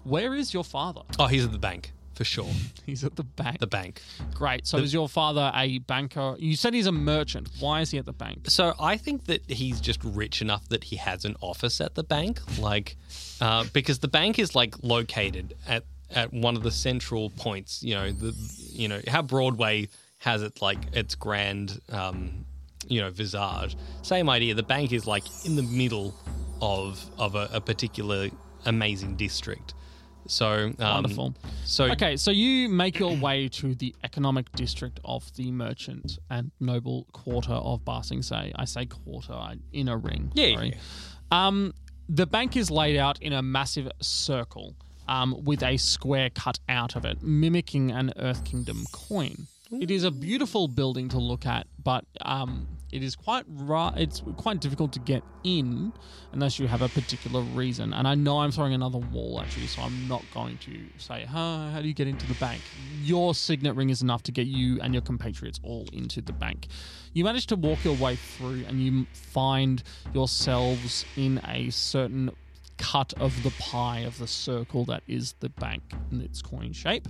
S2: where is your father?
S3: Oh, he's at the bank for sure.
S2: He's at the bank.
S3: The bank.
S2: Great. So is your father a banker? You said he's a merchant. Why is he at the bank?
S3: So I think that he's just rich enough that he has an office at the bank, like uh, because the bank is like located at at one of the central points. You know, the you know how Broadway has its like its grand um, you know visage. Same idea. The bank is like in the middle of of a, a particular amazing district. So um,
S2: Wonderful.
S3: So
S2: Okay, so you make your way to the economic district of the merchant and noble quarter of Barsing Say. I say quarter, I, inner ring.
S3: Yeah,
S2: sorry. Um, the bank is laid out in a massive circle um, with a square cut out of it, mimicking an Earth Kingdom coin. It is a beautiful building to look at, but um, it is quite ra- it's quite difficult to get in unless you have a particular reason. And I know I'm throwing another wall at you, so I'm not going to say, huh, how do you get into the bank? Your signet ring is enough to get you and your compatriots all into the bank. You manage to walk your way through and you find yourselves in a certain cut of the pie of the circle that is the bank in its coin shape,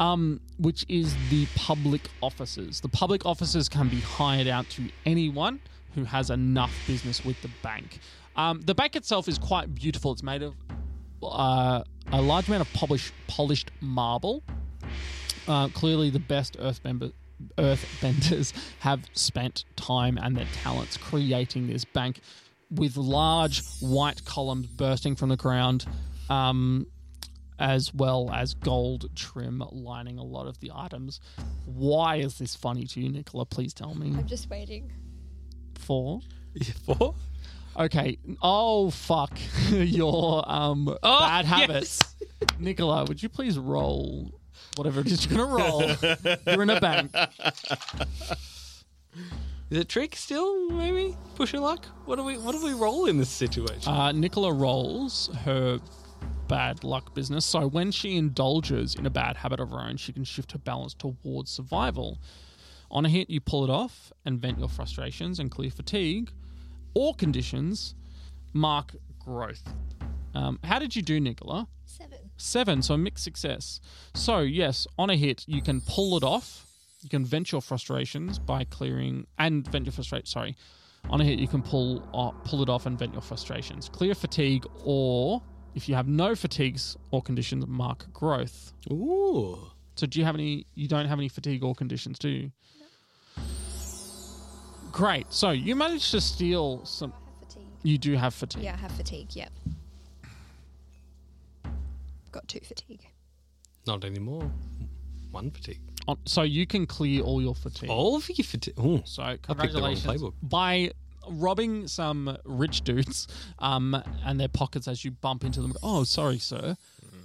S2: um, which is the public offices. The public offices can be hired out to anyone who has enough business with the bank. Um, the bank itself is quite beautiful. It's made of uh, a large amount of polish, polished marble. Uh, clearly, the best earth member. Earthbenders have spent time and their talents creating this bank with large white columns bursting from the ground, um, as well as gold trim lining a lot of the items. Why is this funny to you, Nicola? Please tell me.
S4: I'm just waiting.
S2: For
S3: four.
S2: okay, oh fuck your um bad habits, Nicola. Would you please roll whatever it is you're gonna roll? you're in a bank.
S3: Is it trick still? Maybe push your luck. What do we what do we roll in this situation?
S2: Uh, Nicola rolls her bad luck business. So when she indulges in a bad habit of her own, she can shift her balance towards survival. On a hit, you pull it off and vent your frustrations and clear fatigue or conditions. Mark growth. Um, how did you do, Nicola?
S4: Seven.
S2: Seven, so a mixed success. So, yes, on a hit, you can pull it off. You can vent your frustrations by clearing and vent your frustration. Sorry, on a hit, you can pull uh, pull it off and vent your frustrations. Clear fatigue, or if you have no fatigues or conditions, mark growth.
S3: Ooh.
S2: So, do you have any? You don't have any fatigue or conditions, do you? Great. So you managed to steal some.
S4: I have fatigue.
S2: You do have fatigue.
S4: Yeah, I have fatigue. Yep. Got two fatigue.
S3: Not anymore. One fatigue.
S2: Uh, So you can clear all your fatigue.
S3: All for your fatigue. Ooh.
S2: So
S3: the wrong
S2: congratulations
S3: playbook.
S2: by robbing some rich dudes um, and their pockets as you bump into them. Oh, sorry, sir,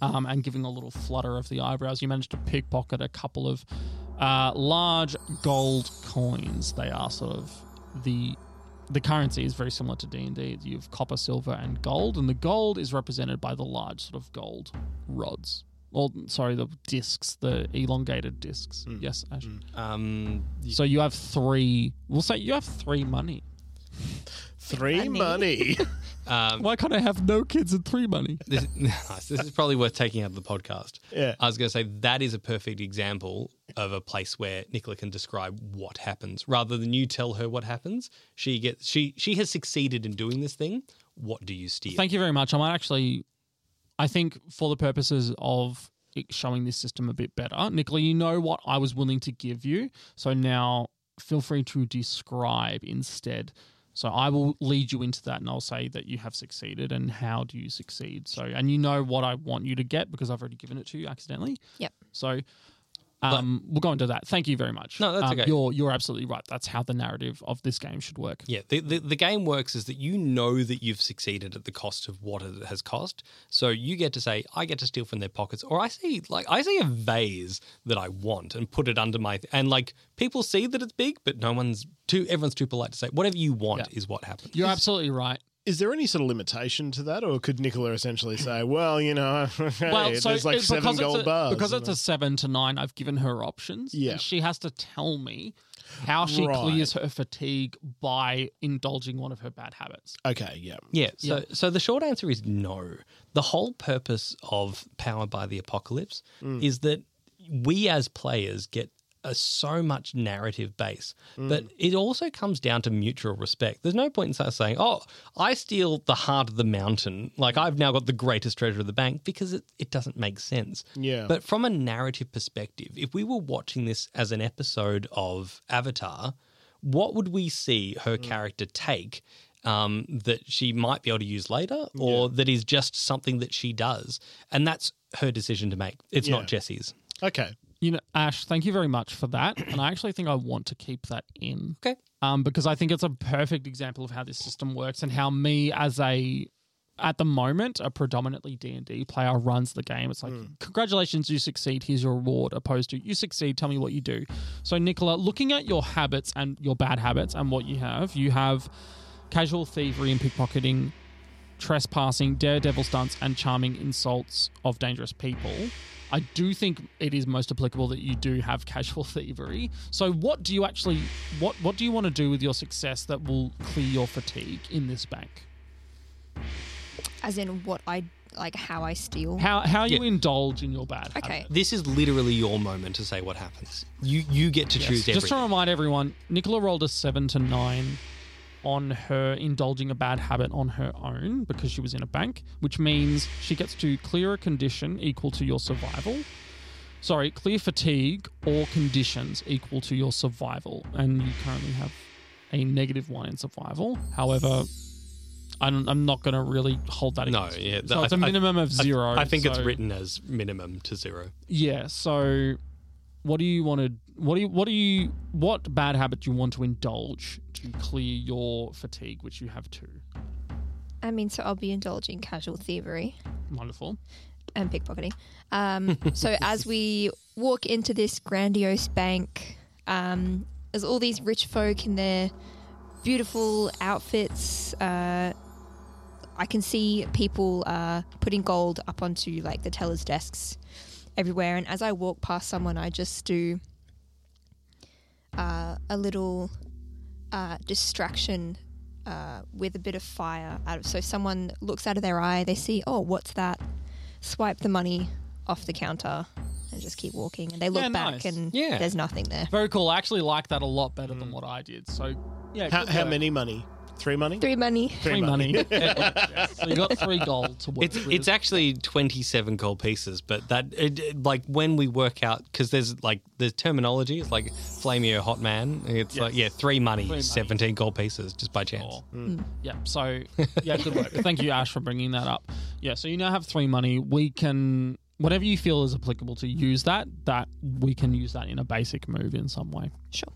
S2: um, and giving a little flutter of the eyebrows. You managed to pickpocket a couple of uh, large gold coins. They are sort of the the currency is very similar to D&D. You have copper, silver, and gold, and the gold is represented by the large sort of gold rods. Or sorry, the discs, the elongated discs.
S3: Hmm.
S2: Yes, Ash.
S3: Um. y-
S2: So you have three. We'll say you have three money.
S5: Three money.
S3: Um.
S2: Why can't I have no kids and three money?
S3: This, nice. this is probably worth taking out of the podcast.
S5: Yeah.
S3: I was going to say that is a perfect example of a place where Nicola can describe what happens rather than you tell her what happens. She gets she she has succeeded in doing this thing. What do you steal?
S2: Thank you very much. I might actually, I think for the purposes of it showing this system a bit better, Nicola, you know what I was willing to give you. So now feel free to describe instead. So I will lead you into that and I'll say that you have succeeded and how do you succeed. So, and you know what I want you to get because I've already given it to you accidentally.
S4: Yep.
S2: So Um, we'll go into that. Thank you very much.
S3: No, that's
S2: Um,
S3: okay.
S2: You're you're absolutely right. That's how the narrative of this game should work.
S3: Yeah, the, the, the game works is that you know that you've succeeded at the cost of what it has cost. So you get to say, I get to steal from their pockets, or I see like I see a vase that I want and put it under my and like people see that it's big, but no one's too everyone's too polite to say whatever you want is what happens.
S2: You're absolutely right.
S5: Is there any sort of limitation to that, or could Nicola essentially say, "Well, you know, hey,
S2: well, so
S5: there's like
S2: it-
S5: seven
S2: because it's
S5: gold
S2: a,
S5: bars
S2: because
S5: and
S2: it's a seven to nine. I've given her options. and
S5: Yeah.
S2: she has to tell me how she
S5: Right.
S2: clears her fatigue by indulging one of her bad habits.
S5: Okay, yeah.
S3: Yeah. So,
S2: Yeah.
S3: so the short answer is no. The whole purpose of Power by the Apocalypse is that we as players get a so much narrative base, but it also comes down to mutual respect. There's no point in us saying, "Oh, I steal the heart of the mountain, like I've now got the greatest treasure of the bank," because it, it doesn't make sense.
S5: Yeah.
S3: But from a narrative perspective, if we were watching this as an episode of Avatar, what would we see her
S5: Mm.
S3: character take um, that she might be able to use later or that is just something that she does? And that's her decision to make. It's
S5: Yeah.
S3: not Jesse's.
S5: Okay.
S2: You know, Ash, thank you very much for that. And I actually think I want to keep that in.
S3: Okay.
S2: um, because I think it's a perfect example of how this system works and how me as a at the moment a predominantly D and D player runs the game. It's like congratulations, you succeed. Here's your reward. Opposed to you succeed. Tell me what you do. So Nicola, looking at your habits and your bad habits and what you have, you have casual thievery and pickpocketing, trespassing, daredevil stunts, and charming insults of dangerous people. I do think it is most applicable that you do have casual thievery. So, what do you actually what what do you want to do with your success that will clear your fatigue in this bank?
S4: As in what I like, how I steal.
S2: How how you
S3: Yeah.
S2: indulge in your bad? habit.
S4: okay.
S3: This is literally your moment to say what happens. You you get to choose everything.
S2: Just to remind everyone, Nicola rolled a seven to nine on her indulging a bad habit on her own because she was in a bank, which means she gets to clear a condition equal to your survival. Sorry, clear fatigue or conditions equal to your survival, and you currently have a negative one in survival. However, I'm, I'm not going to really hold that.
S3: No,
S2: against you.
S3: yeah.
S2: so
S3: I-
S2: it's a
S3: I-
S2: minimum of
S3: I-
S2: zero.
S3: I, think it's
S2: so-
S3: written as minimum to zero.
S2: yeah. So, what do you want to? What do you? What do you? What bad habit do you want to indulge to clear your fatigue, which you have too?
S4: I mean, so I'll be indulging casual thievery.
S2: Wonderful.
S4: and pickpocketing. Um, so as we walk into this grandiose bank, um, there's all these rich folk in their beautiful outfits. Uh, I can see people uh, putting gold up onto like the teller's desks everywhere. And as I walk past someone, I just do uh, a little uh, distraction uh, with a bit of fire. Out of, so someone looks out of their eye, they see, oh, what's that? Swipe the money off the counter and just keep walking. And they look
S2: Yeah,
S4: back
S2: nice.
S4: and
S3: Yeah.
S4: there's nothing there.
S2: Very cool. I actually like that a lot better
S3: Mm.
S2: than what I did. So, yeah.
S5: How,
S2: good
S5: how
S2: work.
S5: many money? Three money?
S4: Three money.
S2: Free money. so you got three gold to work
S3: It's
S2: with.
S3: it's actually 27 gold pieces, but that it, it- like when we work out because there's like the terminology is like flamio hot man. It's like yeah, three money,
S2: money.
S3: 17 gold pieces just by chance.
S2: Or- Yeah. So yeah, good work. Thank you, Ash, for bringing that up. Yeah. So you now have three money. We can whatever you feel is applicable to use that. That we can use that in a basic move in some way.
S4: Sure.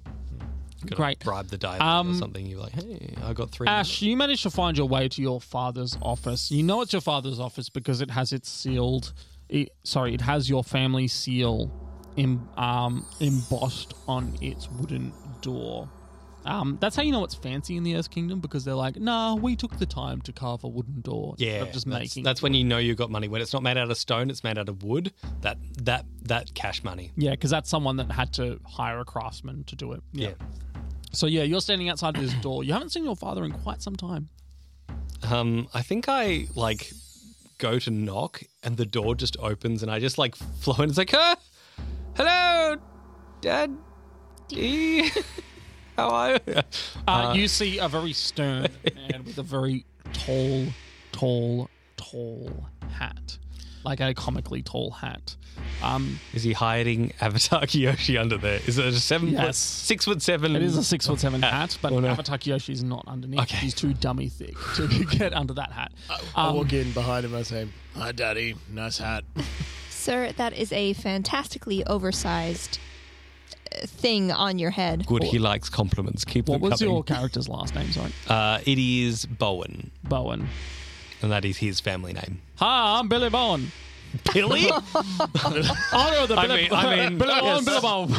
S3: Gotta
S2: Great.
S3: Bribe the diet or
S2: Um,
S3: something. You're like, hey, I got three.
S2: Ash, you managed to find your way to your father's office. You know it's your father's office because it has its sealed. It, sorry, it has your family seal em, um, embossed on its wooden door. Um, that's how you know it's fancy in the Earth Kingdom because they're like, nah, we took the time to carve a wooden door. instead
S3: Yeah,
S2: of just
S3: that's,
S2: making.
S3: that's when you know you got money. When it's not made out of stone, it's made out of wood. That that that cash money.
S2: yeah, because that's someone that had to hire a craftsman to do it.
S3: Yeah.
S2: So yeah, you're standing outside this door. You haven't seen your father in quite some time.
S3: Um, I think I like go to knock and the door just opens and I just like flow in. It's like, huh? Hello, Dad. E? How are you?
S2: Uh, you see a very stern man with a very tall, tall, tall hat, like a comically tall hat. Um,
S3: Is he hiding Avatar Kyoshi under there? Is it a seven foot,
S2: Yes.
S3: six foot seven?
S2: it is a six foot seven hat, but
S3: Oh, no.
S2: Avatar Kiyoshi's not underneath.
S3: Okay. Uh,
S2: He's too dummy thick to get under that hat.
S5: I
S2: Um,
S5: walk in behind him. I say, "Hi, Daddy. Nice hat."
S4: Sir, that is a fantastically oversized uh, thing on your head.
S3: Good, he likes compliments. Keep
S2: What
S3: them
S2: was
S3: coming.
S2: your character's last name? Sorry,
S3: Uh, it is Bowen,
S2: Bowen.
S3: and that is his family name.
S2: Hi, I'm Billy Bowen.
S3: Billy?
S2: Oh no, the
S3: I
S2: Billy,
S3: mean- I mean-
S2: Billy Bowen,
S3: yes.
S2: Billy Bowen,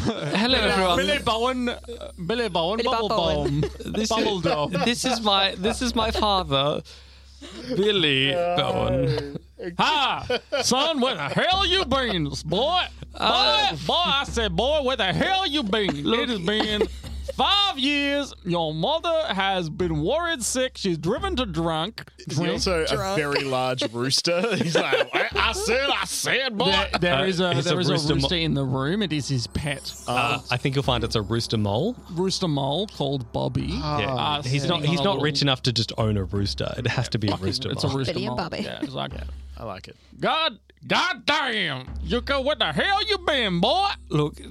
S3: Hello,
S2: Billy
S3: everyone.
S2: Bowen, uh, Billy Bowen,
S4: Billy
S2: Bubble
S4: Bob Bowen.
S2: Bowen,
S3: This
S2: Bubble Dog.
S3: is, this is my this is my father, Billy Bowen.
S2: Hi, son, where the hell you been, boy? Boy, boy, I said, boy, where the hell you been? it has been five years. Your mother has been worried sick. She's driven to drunk.
S1: Is he also a very large rooster? He's like, I, I said, I said, boy.
S2: There, there
S3: Uh,
S2: is a
S3: it's
S2: there
S3: a
S2: is a
S3: rooster mo-
S2: rooster in the room. It is his pet,
S3: Uh, I think you'll find it's a rooster mole.
S2: rooster mole called Bobby.
S3: Yeah,
S2: Ah,
S3: he's
S2: sitting
S3: not
S2: on
S3: he's
S2: a
S3: not
S2: little-
S3: rich enough to just own a rooster. It has to be a rooster
S2: It's a
S3: mole.
S2: rooster
S4: Billy and
S2: mole.
S4: Bobby.
S2: Yeah, it's like,
S1: I like it.
S2: God, God damn, Yuka, where the hell you been, boy?
S3: Look, to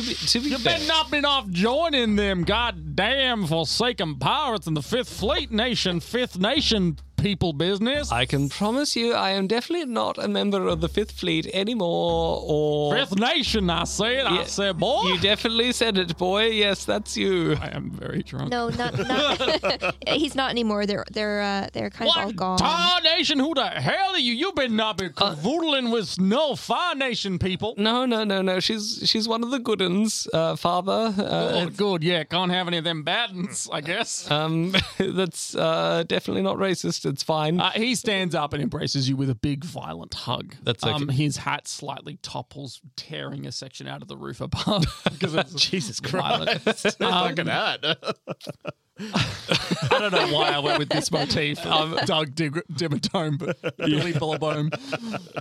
S3: be to be
S2: You
S3: fair,
S2: better not been off joining them goddamn forsaken pirates in the Fifth Fleet Nation, Fifth Nation people business.
S3: I can promise you, I am definitely not a member of the Fifth Fleet anymore. Or
S2: Fifth Nation, I said. I
S3: Yeah.
S2: said, boy.
S3: you definitely said it, boy. Yes, that's you.
S2: I am very drunk.
S4: No, not not. he's not anymore. They're they're uh, they're kind of all
S2: What?
S4: gone.
S2: Tar Nation, who the hell are you? You been not
S3: Uh.
S2: been cavoodling with no Fire Nation people.
S3: No, no, no, no. She's she's one of the good uns, uh, father.
S2: Oh,
S3: Uh,
S2: good, yeah. Can't have any of them bad uns, I guess.
S3: um, that's uh, definitely not racist. It's fine.
S2: Uh, he stands up and embraces you with a big, violent hug.
S3: That's okay.
S2: Um, his hat slightly topples, tearing a section out of the roof above because it's Jesus Christ. Um,
S1: Look at that.
S2: I don't know why I went with this motif. Um, Doug Dig- Dimmadome, but Billy Bollabone,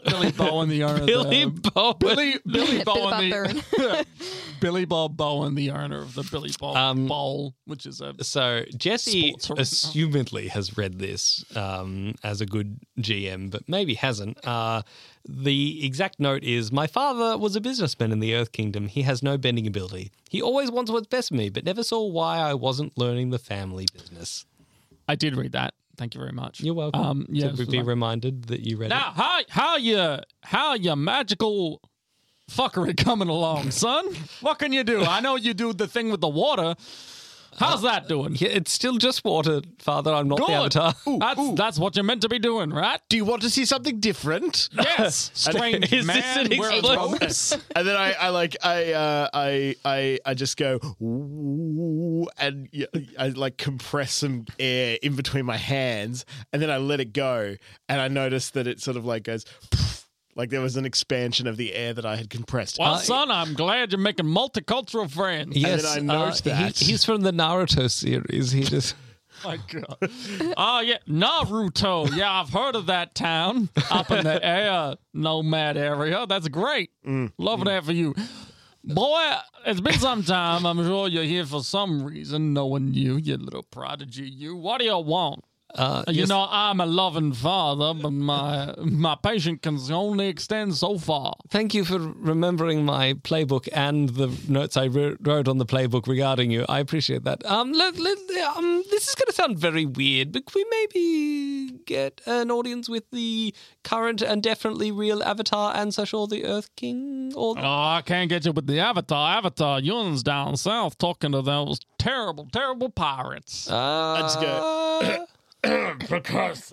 S2: Billy Bowen, the owner.
S3: Billy
S2: of the,
S3: Bowen.
S2: Billy Billy
S4: Billy Bob
S2: Bowen, the, Billy Bob Bowen, the owner of the Billy Bob
S3: Um,
S2: Bowl, which is a
S3: So Jesse
S2: Sports arena.
S3: assumedly has read this um, as a good GM, but maybe hasn't. Uh, the exact note is: My father was a businessman in the Earth Kingdom. He has no bending ability. He always wants what's best for me, but never saw why I wasn't learning the family business.
S2: I did read that. Thank you very much.
S3: You're welcome.
S2: Um, yeah,
S3: to be reminded that you read
S2: Now, how how you how your magical fuckery coming along, son? What can you do? I know you do the thing with the water. How's that doing?
S3: it. Uh, Yeah, it's still just water, Father. I'm not
S2: Good.
S3: the avatar.
S2: that's that's what you're meant to be doing, right?
S1: Do you want to see something different?
S2: Yes, strange
S3: Is this
S2: man.
S3: an
S2: we're
S3: explosion?
S2: ropes.
S1: And then I, I like, I, uh, I, I, I just go, "Ooh," and y- I like compress some air in between my hands, and then I let it go, and I notice that it sort of like goes, like there was an expansion of the air that I had compressed.
S2: Well, son, I'm glad you're making multicultural friends.
S3: Yes, uh,
S1: I note
S3: he-
S1: that.
S3: he's from the Naruto series. He just
S2: my god. Oh yeah, Naruto. Yeah, I've heard of that town up in the air nomad area. That's great. Loving that for you. Boy, it's been some time. I'm sure you're here for some reason, knowing you, you little prodigy. You, what do you want?
S3: uh,
S2: You
S3: yes,
S2: know, I'm a loving father, but my my patience can only extend so far.
S3: Thank you for remembering my playbook and the notes I wr- wrote on the playbook regarding you. I appreciate that. Um, let, let, um this is going to sound very weird, but can we maybe get an audience with the current and definitely real avatar ancestor, the Earth King? Or
S2: Oh, I can't get you with the Avatar. Avatar, Yun's down south talking to those terrible, terrible pirates.
S3: uh,
S1: just
S3: go.
S1: because,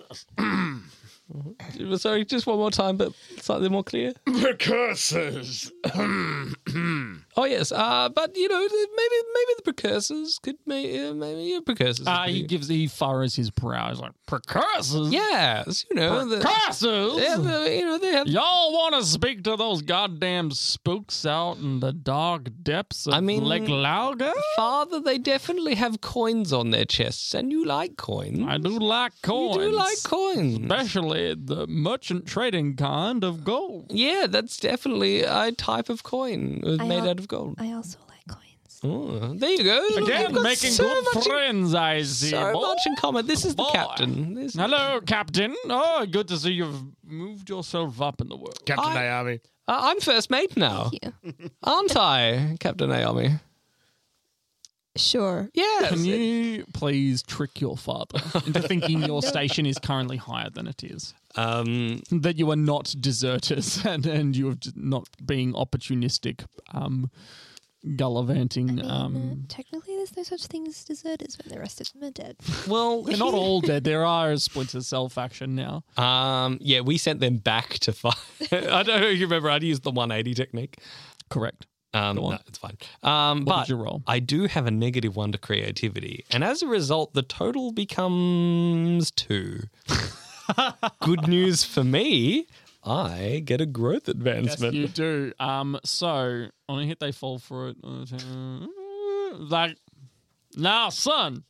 S3: Sorry, just one more time, but slightly more clear.
S1: precursors.
S3: Oh yes, uh, but you know, maybe maybe the precursors could maybe uh, maybe yeah, precursors.
S2: Uh,
S3: are
S2: he
S3: pretty-
S2: gives he furrows his brow. He's like precursors.
S3: yes, you know, the,
S2: precursors.
S3: yeah, the- you know, they have.
S2: Y'all want to speak to those goddamn spooks out in the dark depths of
S3: I mean-
S2: Lake Lauga?
S3: Father, they definitely have coins on their chests, and you like coins.
S2: I do like coins.
S3: You do like coins.
S2: especially the merchant trading kind of gold.
S3: Yeah, that's definitely a type of coin uh,
S4: I
S3: made
S4: al-
S3: out of gold.
S4: I also like coins.
S3: Oh, there you go. Look,
S2: Again,
S3: you've got
S2: making
S3: so
S2: good
S3: much in-
S2: friends. I see.
S3: so
S2: boy.
S3: much in common. This is the
S2: Boy.
S3: captain. This-
S2: Hello, Captain. Oh, good to see you've moved yourself up in the world.
S1: Captain
S3: I-
S1: Naomi.
S3: Uh,
S2: Oh.
S3: I'm first mate now,
S4: Thank you.
S3: aren't I, Captain Naomi?
S4: Sure.
S3: Yeah.
S2: Can you please trick your father into thinking your station is currently higher than it is?
S3: Um,
S2: That you are not deserters and, and you are not being opportunistic, um, gullivanting. Um,
S4: uh, Technically, there's no such thing as deserters when the rest of them are dead.
S3: well,
S2: they're not all dead. There are a Splinter Cell faction now.
S3: um, yeah, we sent them back to fight. I don't know if you remember. I'd used the 180 technique.
S2: Correct.
S3: Um,
S2: on.
S3: no, it's fine. Um,
S2: What
S3: but
S2: did you roll?
S3: I do have a negative one to creativity, and as a result, the total becomes two. Good news for me, I get a growth advancement.
S2: You do. Um, so on a hit, they fall for it. Like, now, son,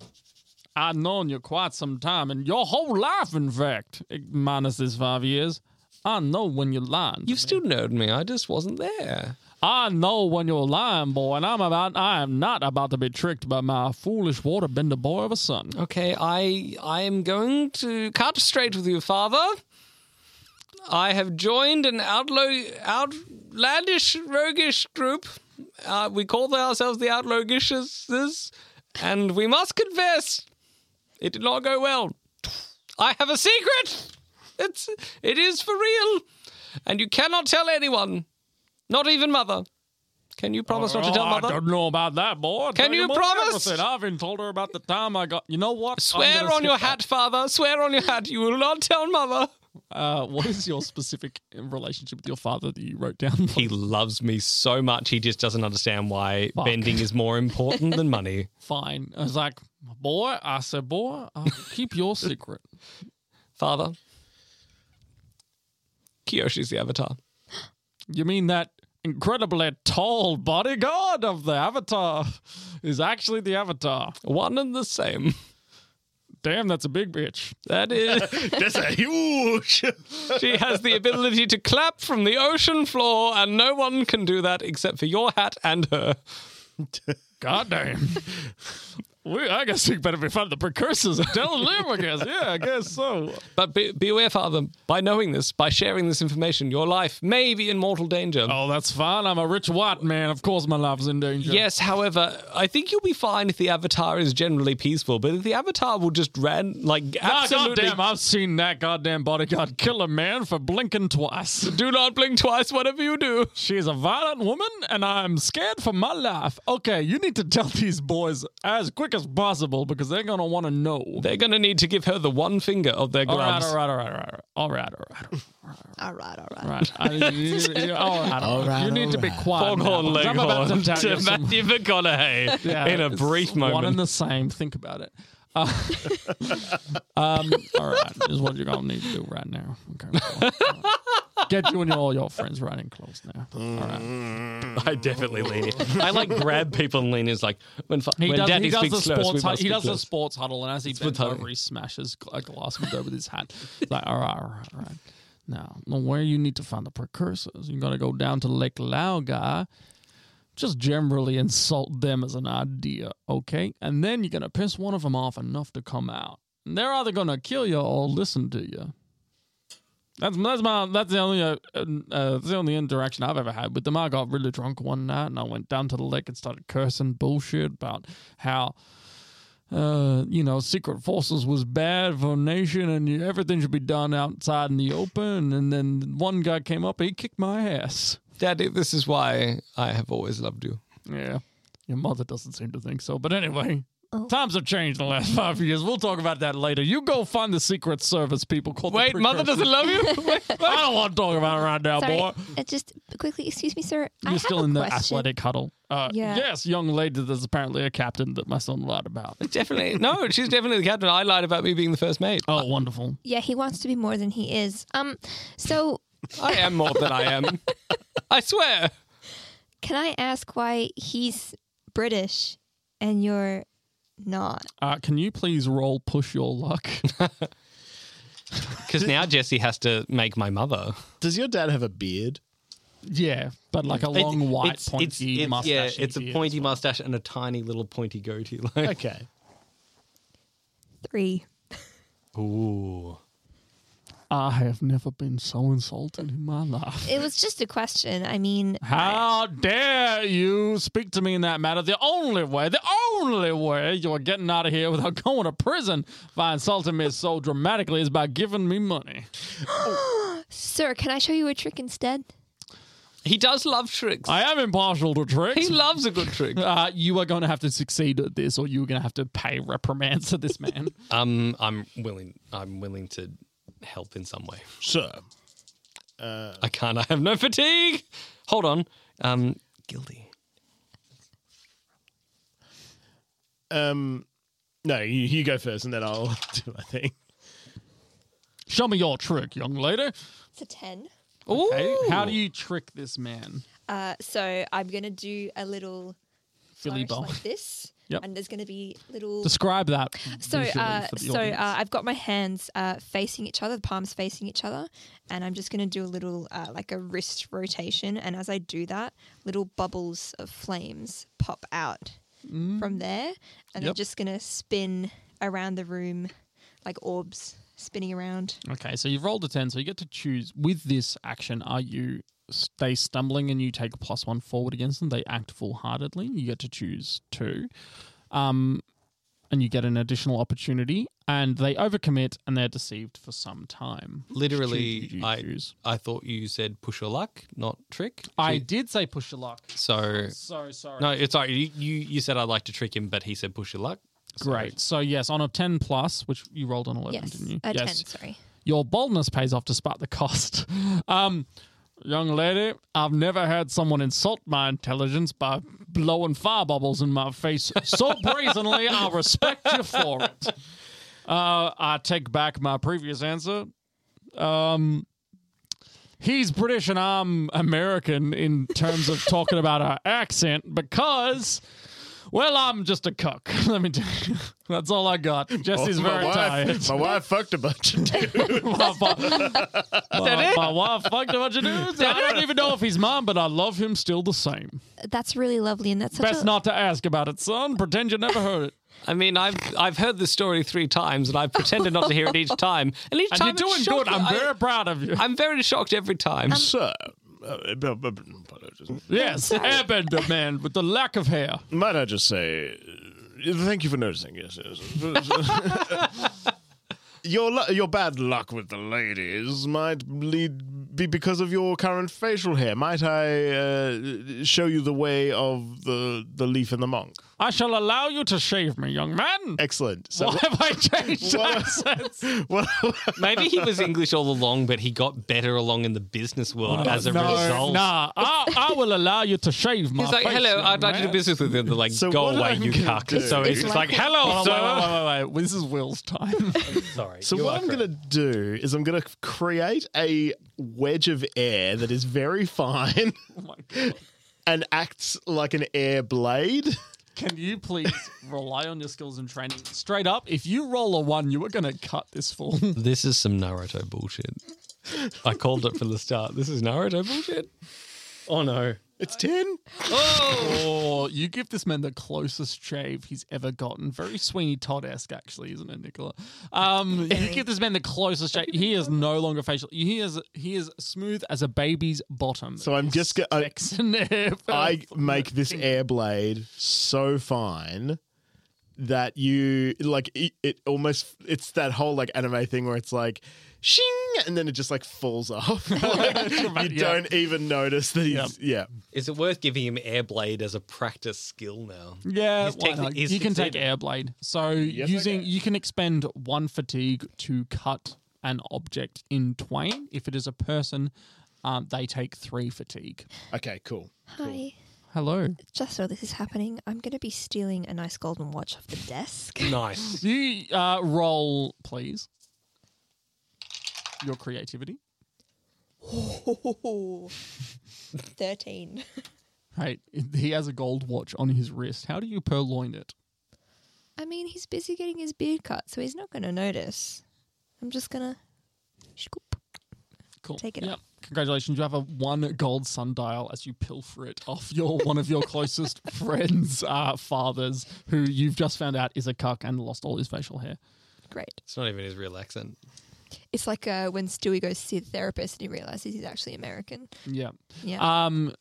S2: I've known you quite some time, and your whole life, in fact, minus this five years. I know when you're lying. to
S3: You've
S2: me.
S3: still known me. I just wasn't there.
S2: I know when you're lying, boy, and I'm about. I am not about to be tricked by my foolish waterbender boy of a son.
S3: Okay, I I am going to cut straight with you, Father. I have joined an outlaw, outlandish, roguish group. Uh, we call ourselves the Outlawgishes, and we must confess, it did not go well. I have a secret. It's it is for real, and you cannot tell anyone, not even mother. Can you promise not to tell
S2: Oh, I
S3: mother?
S2: don't know about that, boy.
S3: Can
S2: Tell
S3: you
S2: mother
S3: promise?
S2: everything. I've even told her about the time I got. You know what? I'm
S3: Swear
S2: gonna
S3: on your
S2: skip that.
S3: hat, father. Swear on your hat. You will not tell mother.
S2: Uh, what is your specific relationship with your father that you wrote down?
S3: He loves me so much. He just doesn't understand why
S2: Fuck.
S3: bending is more important than money.
S2: Fine. I was like, boy, I said, boy, I'll keep your secret.
S3: Father, Kiyoshi's the avatar.
S2: You mean that incredibly tall bodyguard of the Avatar is actually the Avatar? Oh,
S3: One and the same.
S2: Damn, that's a big bitch.
S3: That is,
S1: That's a huge.
S3: she has the ability to clap from the ocean floor, and no one can do that except for your hat and her.
S2: God damn. We, I guess we better be fun the precursors of Delalim, I guess. Yeah, I guess so.
S3: But be, be aware, Father, by knowing this, by sharing this information, your life may be in mortal danger.
S2: Oh, that's fine. I'm a rich white man. Of course my life's in danger.
S3: Yes, however, I think you'll be fine if the avatar is generally peaceful, but if the avatar will just ran like
S2: Ah,
S3: absolutely
S2: goddamn, I've seen that goddamn bodyguard kill a man for blinking twice.
S3: do not blink twice, whatever you do.
S2: She is a violent woman, and I'm scared for my life. Okay, you need to tell these boys as quick as possible because they're gonna want to know.
S3: They're gonna need to give her the one finger of their
S2: All right,
S3: gloves.
S2: all right, all right, all right, all right, all right,
S4: All right, all right.
S2: all right. I- you- you- all right, all right. You need to be quiet. now,
S3: Foghorn
S2: because I'm about
S3: leghorn
S2: to tell you
S3: to
S2: some-
S3: Matthew McConaughey
S2: yeah,
S3: in a
S2: it's
S3: brief
S2: One and
S3: moment.
S2: the same. Think about it. Uh, um, all right, is what you're gonna need to do right now. Okay. well, all right. Get you and all your friends right in close now. All right.
S3: I definitely lean in. I like grab people and lean in. It's like when, fa-
S2: He
S3: when
S2: does,
S3: daddy
S2: he does
S3: speaks
S2: the
S3: slurs, we
S2: sports. Hu-
S3: must
S2: he
S3: speak
S2: does the
S3: slurs.
S2: sports huddle, and as he bends
S3: huddle.
S2: over, he smashes gl- a glass window with his hat. It's like, all right, all right, all right. Now, now where you need to find the precursors, you're gonna go down to Lake Laogai. Just generally insult them as an idea, okay? And then you're gonna piss one of them off enough to come out. And they're either gonna kill you or listen to you. That's that's my that's the only uh, uh, that's the only interaction I've ever had with them. I got really drunk one night and I went down to the lake and started cursing bullshit about how uh, you know secret forces was bad for a nation and you, everything should be done outside in the open. And then one guy came up, he kicked my ass.
S3: Daddy, this is why I have always loved you.
S2: Yeah, your mother doesn't seem to think so. But anyway.
S4: Oh.
S2: Times have changed in the last five years. We'll talk about that later. You go find the Secret Service people called. the
S3: Wait, mother
S2: precursors.
S3: doesn't love you?
S2: I don't want to talk about it right now,
S4: Sorry,
S2: Oh, boy.
S4: uh, just quickly, excuse me, sir. I
S2: You're
S4: have
S2: still
S4: a
S2: in the
S4: question.
S2: athletic huddle. Uh,
S4: Yeah.
S2: Yes, young lady that's apparently a captain that my son lied about.
S3: definitely. No, she's definitely the captain. I lied about me being the first mate.
S2: Oh, wonderful.
S4: Yeah, he wants to be more than he is. Um, so
S3: I am more than I am. I swear.
S4: can I ask why he's British and you're not?
S2: Uh, can you please roll push your luck?
S3: Because now Jesse has to make my mother.
S1: Does your dad have a beard?
S2: yeah, but like a long white pointy mustache.
S3: Yeah, it's a pointy mustache and a tiny little pointy goatee. Like,
S1: Okay.
S4: Three.
S3: ooh,
S2: I have never been so insulted in my life.
S4: It was just a question. I mean, I-
S2: How dare you speak to me in that matter? The only way, the only way you are getting out of here without going to prison by insulting me so dramatically is by giving me money.
S4: sir, can I show you a trick instead?
S3: He does love tricks.
S2: I am impartial to tricks.
S3: he loves a good trick.
S2: Uh, you are going to have to succeed at this, or you're going to have to pay reprimands to this man.
S3: Um, I'm willing. I'm willing to help in some way.
S5: Sir,
S3: I can't. I have no fatigue. Hold on. Um, guilty.
S5: um, no, you, you go first, and then I'll do my thing.
S2: Show me your trick, young lady.
S4: It's a 10.
S3: Ooh.
S2: Hey, how do you trick this man?
S4: Uh, so I'm going to do a little
S2: Billy
S4: flourish
S2: Bowl.
S4: like this.
S2: Yep.
S4: And there's going to be little.
S2: Describe that.
S4: so
S2: visually
S4: uh,
S2: for the
S4: so
S2: audience.
S4: uh, I've got my hands uh, facing each other, the palms facing each other, and I'm just going to do a little uh, like a wrist rotation. And as I do that, little bubbles of flames pop out from there, and they're
S2: Mm. Yep.
S4: just going to spin around the room like orbs spinning around.
S2: Okay, so you've rolled a 10, so you get to choose. With this action, are you stay stumbling and you take plus one forward against them? They act full heartedly. You get to choose two. Um, and you get an additional opportunity, and they overcommit and they're deceived for some time. Which choose did
S3: Literally,
S2: you
S3: I
S2: choose?
S3: I thought you said push your luck, not trick.
S2: I did say push your luck.
S3: So
S2: So sorry.
S3: no, it's alright. You, you you said I'd like to trick him, but he said push your luck. So-
S2: Great. So, yes, on a 10 plus, which you rolled on 11,
S4: yes,
S2: didn't you?
S4: a
S2: yes.
S4: ten. Sorry.
S2: Your boldness pays off despite the cost. Um, young lady, I've never had someone insult my intelligence by blowing fire bubbles in my face so brazenly. I respect you for it. Uh, I take back my previous answer. Um, he's British and I'm American in terms of talking about our accent because. Well, I'm just a cook. Let me tell you. That's all I got. Jesse's
S5: Oh, my
S2: very
S5: wife,
S2: tired.
S5: My wife fucked a bunch of dudes.
S2: my, my, my wife fucked a bunch of dudes. I don't even know if he's mine, but I love him still the same.
S4: That's really lovely, and that's such
S2: Best
S4: a,
S2: not to ask about it, son. Pretend you never heard it.
S3: I mean, I've I've heard the story three times, and I've pretended not to hear it each time. And each
S2: And
S3: time
S2: you're
S3: it's
S2: doing good.
S3: shocking.
S2: I'm
S3: I-
S2: very proud of you.
S3: I'm very shocked every time.
S5: Sir, uh, b- b- b- apologies.
S2: yes, Airbender man with the lack of hair.
S5: might I just say, uh, thank you for noticing. Yes, yes. your lu- your bad luck with the ladies might lead be because of your current facial hair. Might I uh, show you the way of the the leaf and the monk?
S2: I shall allow you to shave me, young man.
S5: Excellent. So.
S2: Why have I changed
S5: What-
S2: accents?
S5: Well,
S3: Maybe he was English all along, but he got better along in the business world as a result.
S2: Nah, I, I will allow you to shave my
S3: He's like,
S2: face,
S3: hello,
S2: young
S3: I'd like to do
S2: man."
S3: business with you. And they're like,
S5: So
S3: go
S5: what
S3: away,
S5: I'm
S3: you
S5: gonna
S3: cuck.
S5: do-
S3: So he's
S4: It's
S3: just
S4: like-
S3: like, hello,
S2: Hold
S3: sir.
S2: on, wait, wait, wait, wait, wait. This is Will's time.
S3: Sorry.
S5: so what I'm going to do is I'm going to create a wedge of air that is very fine
S2: oh my God.
S5: and acts like an air blade.
S2: Can you please rely on your skills and training? Straight up, if you roll a one, you are going to cut this fool.
S3: This is some Naruto bullshit. I called it from the start. This is Naruto bullshit. Oh, no.
S5: It's 10.
S2: Oh, you give this man the closest shave he's ever gotten. Very Sweeney Todd esque, actually, isn't it, Nicola? Um, you give this man the closest shave. He is no longer facial. He is he is smooth as a baby's bottom.
S5: So I'm just going to.
S2: Snip.
S5: I make this air blade so fine that you like it, it almost it's that whole like anime thing where it's like shing and then it just like falls off like, you
S2: Yeah.
S5: don't even notice that he's yeah
S3: Is it worth giving him Airblade as a practice skill now?
S2: Yeah,
S3: He's
S2: why
S3: techni-
S2: not?
S3: he's
S2: you can take
S3: succeeded.
S2: airblade. So
S5: I
S2: using
S5: can.
S2: you can expend one fatigue to cut an object in twain. If it is a person, um, they take three fatigue.
S5: okay cool
S4: Hi.
S2: Hello.
S4: Just so this is happening, I'm going to be stealing a nice golden watch off the desk.
S3: Nice.
S2: You uh, roll, please. Your creativity.
S4: 13.
S2: Right. He has a gold watch on his wrist. How do you purloin it?
S4: I mean, he's busy getting his beard cut, so he's not going to notice. I'm just going to scoop.
S2: Cool.
S4: Take it
S2: Yep.
S4: off.
S2: Congratulations, you have a one gold sundial as you pilfer it off your one of your closest friends' uh, fathers, who you've just found out is a cuck and lost all his facial hair.
S4: Great.
S3: It's not even his real accent.
S4: It's like uh, when Stewie goes to see the therapist and he realizes he's actually American.
S2: Yeah.
S4: Yeah.
S2: Um,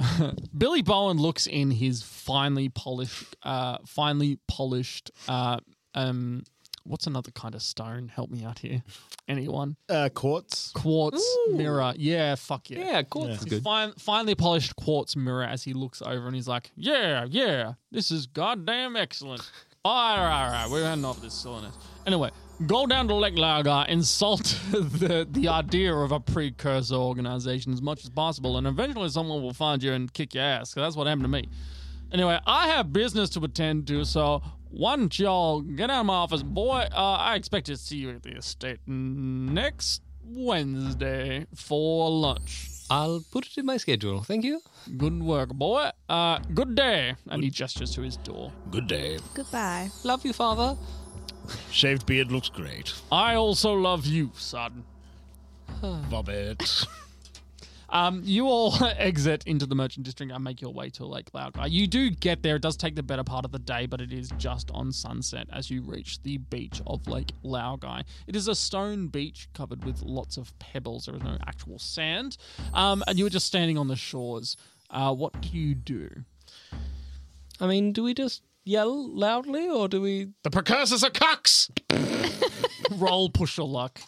S2: Billy Bowen looks in his finely polished, uh, finely polished. Uh, um, what's another kind of stone? Help me out here. Anyone?
S1: Uh, quartz.
S2: Quartz mirror. Yeah, fuck yeah.
S3: Yeah, quartz is
S2: His
S3: good.
S2: Fine, finely polished quartz mirror as he looks over and he's like, "Yeah, yeah, this is goddamn excellent." All right, all right, we're heading off this silliness. Anyway, go down to Lake Lager, insult the the idea of a precursor organization as much as possible, and eventually someone will find you and kick your ass. 'cause that's what happened to me. Anyway, I have business to attend to, so why don't y'all get out of my office, boy? Uh, I expect to see you at the estate next Wednesday for lunch.
S3: I'll put it in my schedule. Thank you.
S2: Good work, boy. Uh, good day. And he gestures to his door.
S5: Good day.
S4: Goodbye.
S3: Love you, father.
S5: Shaved beard looks great.
S2: I also love you, son.
S5: Vomit.
S2: Um, you all exit into the merchant district and make your way to Lake Laogai. You do get there. It does take the better part of the day, but it is just on sunset as you reach the beach of Lake Laogai. It is a stone beach covered with lots of pebbles. There is no actual sand. Um, and you are just standing on the shores. Uh, what do you do?
S3: I mean, do we just yell loudly or do we?
S1: The precursors are cocks.
S2: Roll push your luck.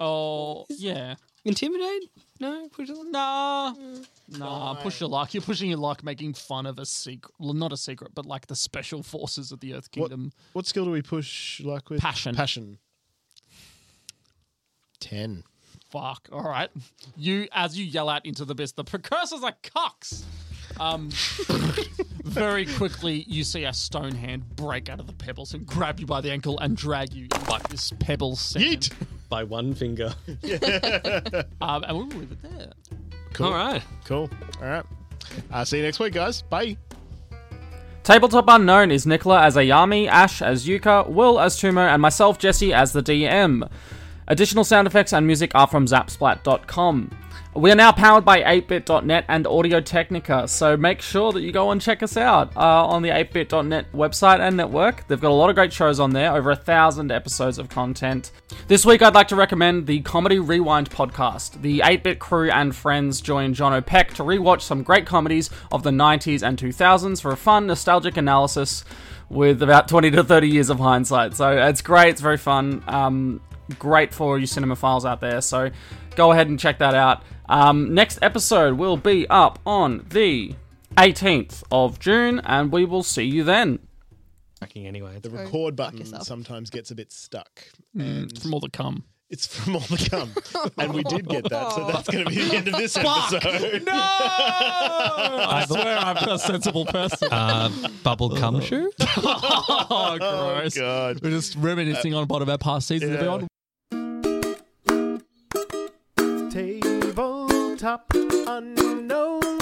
S2: Oh, yeah.
S3: Intimidate? No, push it on.
S2: Nah. Nah, push your luck. You're pushing your luck, making fun of a secret. Well, not a secret, but like the special forces of the Earth Kingdom.
S1: What skill do we push luck with?
S2: Passion.
S1: Passion. Ten.
S2: Fuck. All right. You, as you yell out into the abyss, the precursors are cocks. Um, very quickly, you see a stone hand break out of the pebbles and grab you by the ankle and drag you into this pebble sand.
S1: Yeet.
S3: By one finger.
S2: Um, and we'll leave it there.
S1: Cool.
S3: All right.
S1: Cool. All right. Uh, see you next week, guys. Bye.
S6: Tabletop Unknown is Nicola as Ayami, Ash as Yuka, Will as Tumo, and myself, Jesse, as the DM. Additional sound effects and music are from zapsplat.com. We are now powered by 8bit.net and Audio Technica, so make sure that you go and check us out uh, on the 8bit.net website and network. They've got a lot of great shows on there, over a thousand episodes of content. This week, I'd like to recommend the Comedy Rewind podcast. The 8-Bit crew and friends join John O'Peck to rewatch some great comedies of the 90s and 2000s for a fun, nostalgic analysis with about 20 to 30 years of hindsight. So it's great, it's very fun, um, great for you cinema files out there. So go ahead and check that out. Um, next episode will be up on the 18th of June, and we will see you then.
S3: Tracking anyway.
S1: The
S4: Go
S1: record
S4: fuck
S1: button
S4: yourself.
S1: sometimes gets a bit stuck.
S2: Mm, From all the cum.
S1: It's from all the gum. and we did get that, so that's going to be the end of this episode.
S2: I swear I'm a sensible person.
S3: Uh, bubble cum shoe.
S2: Oh, gross.
S1: God.
S2: We're just reminiscing on a lot of our past seasons.
S1: yeah.
S2: everyone.
S7: Tabletop Unknown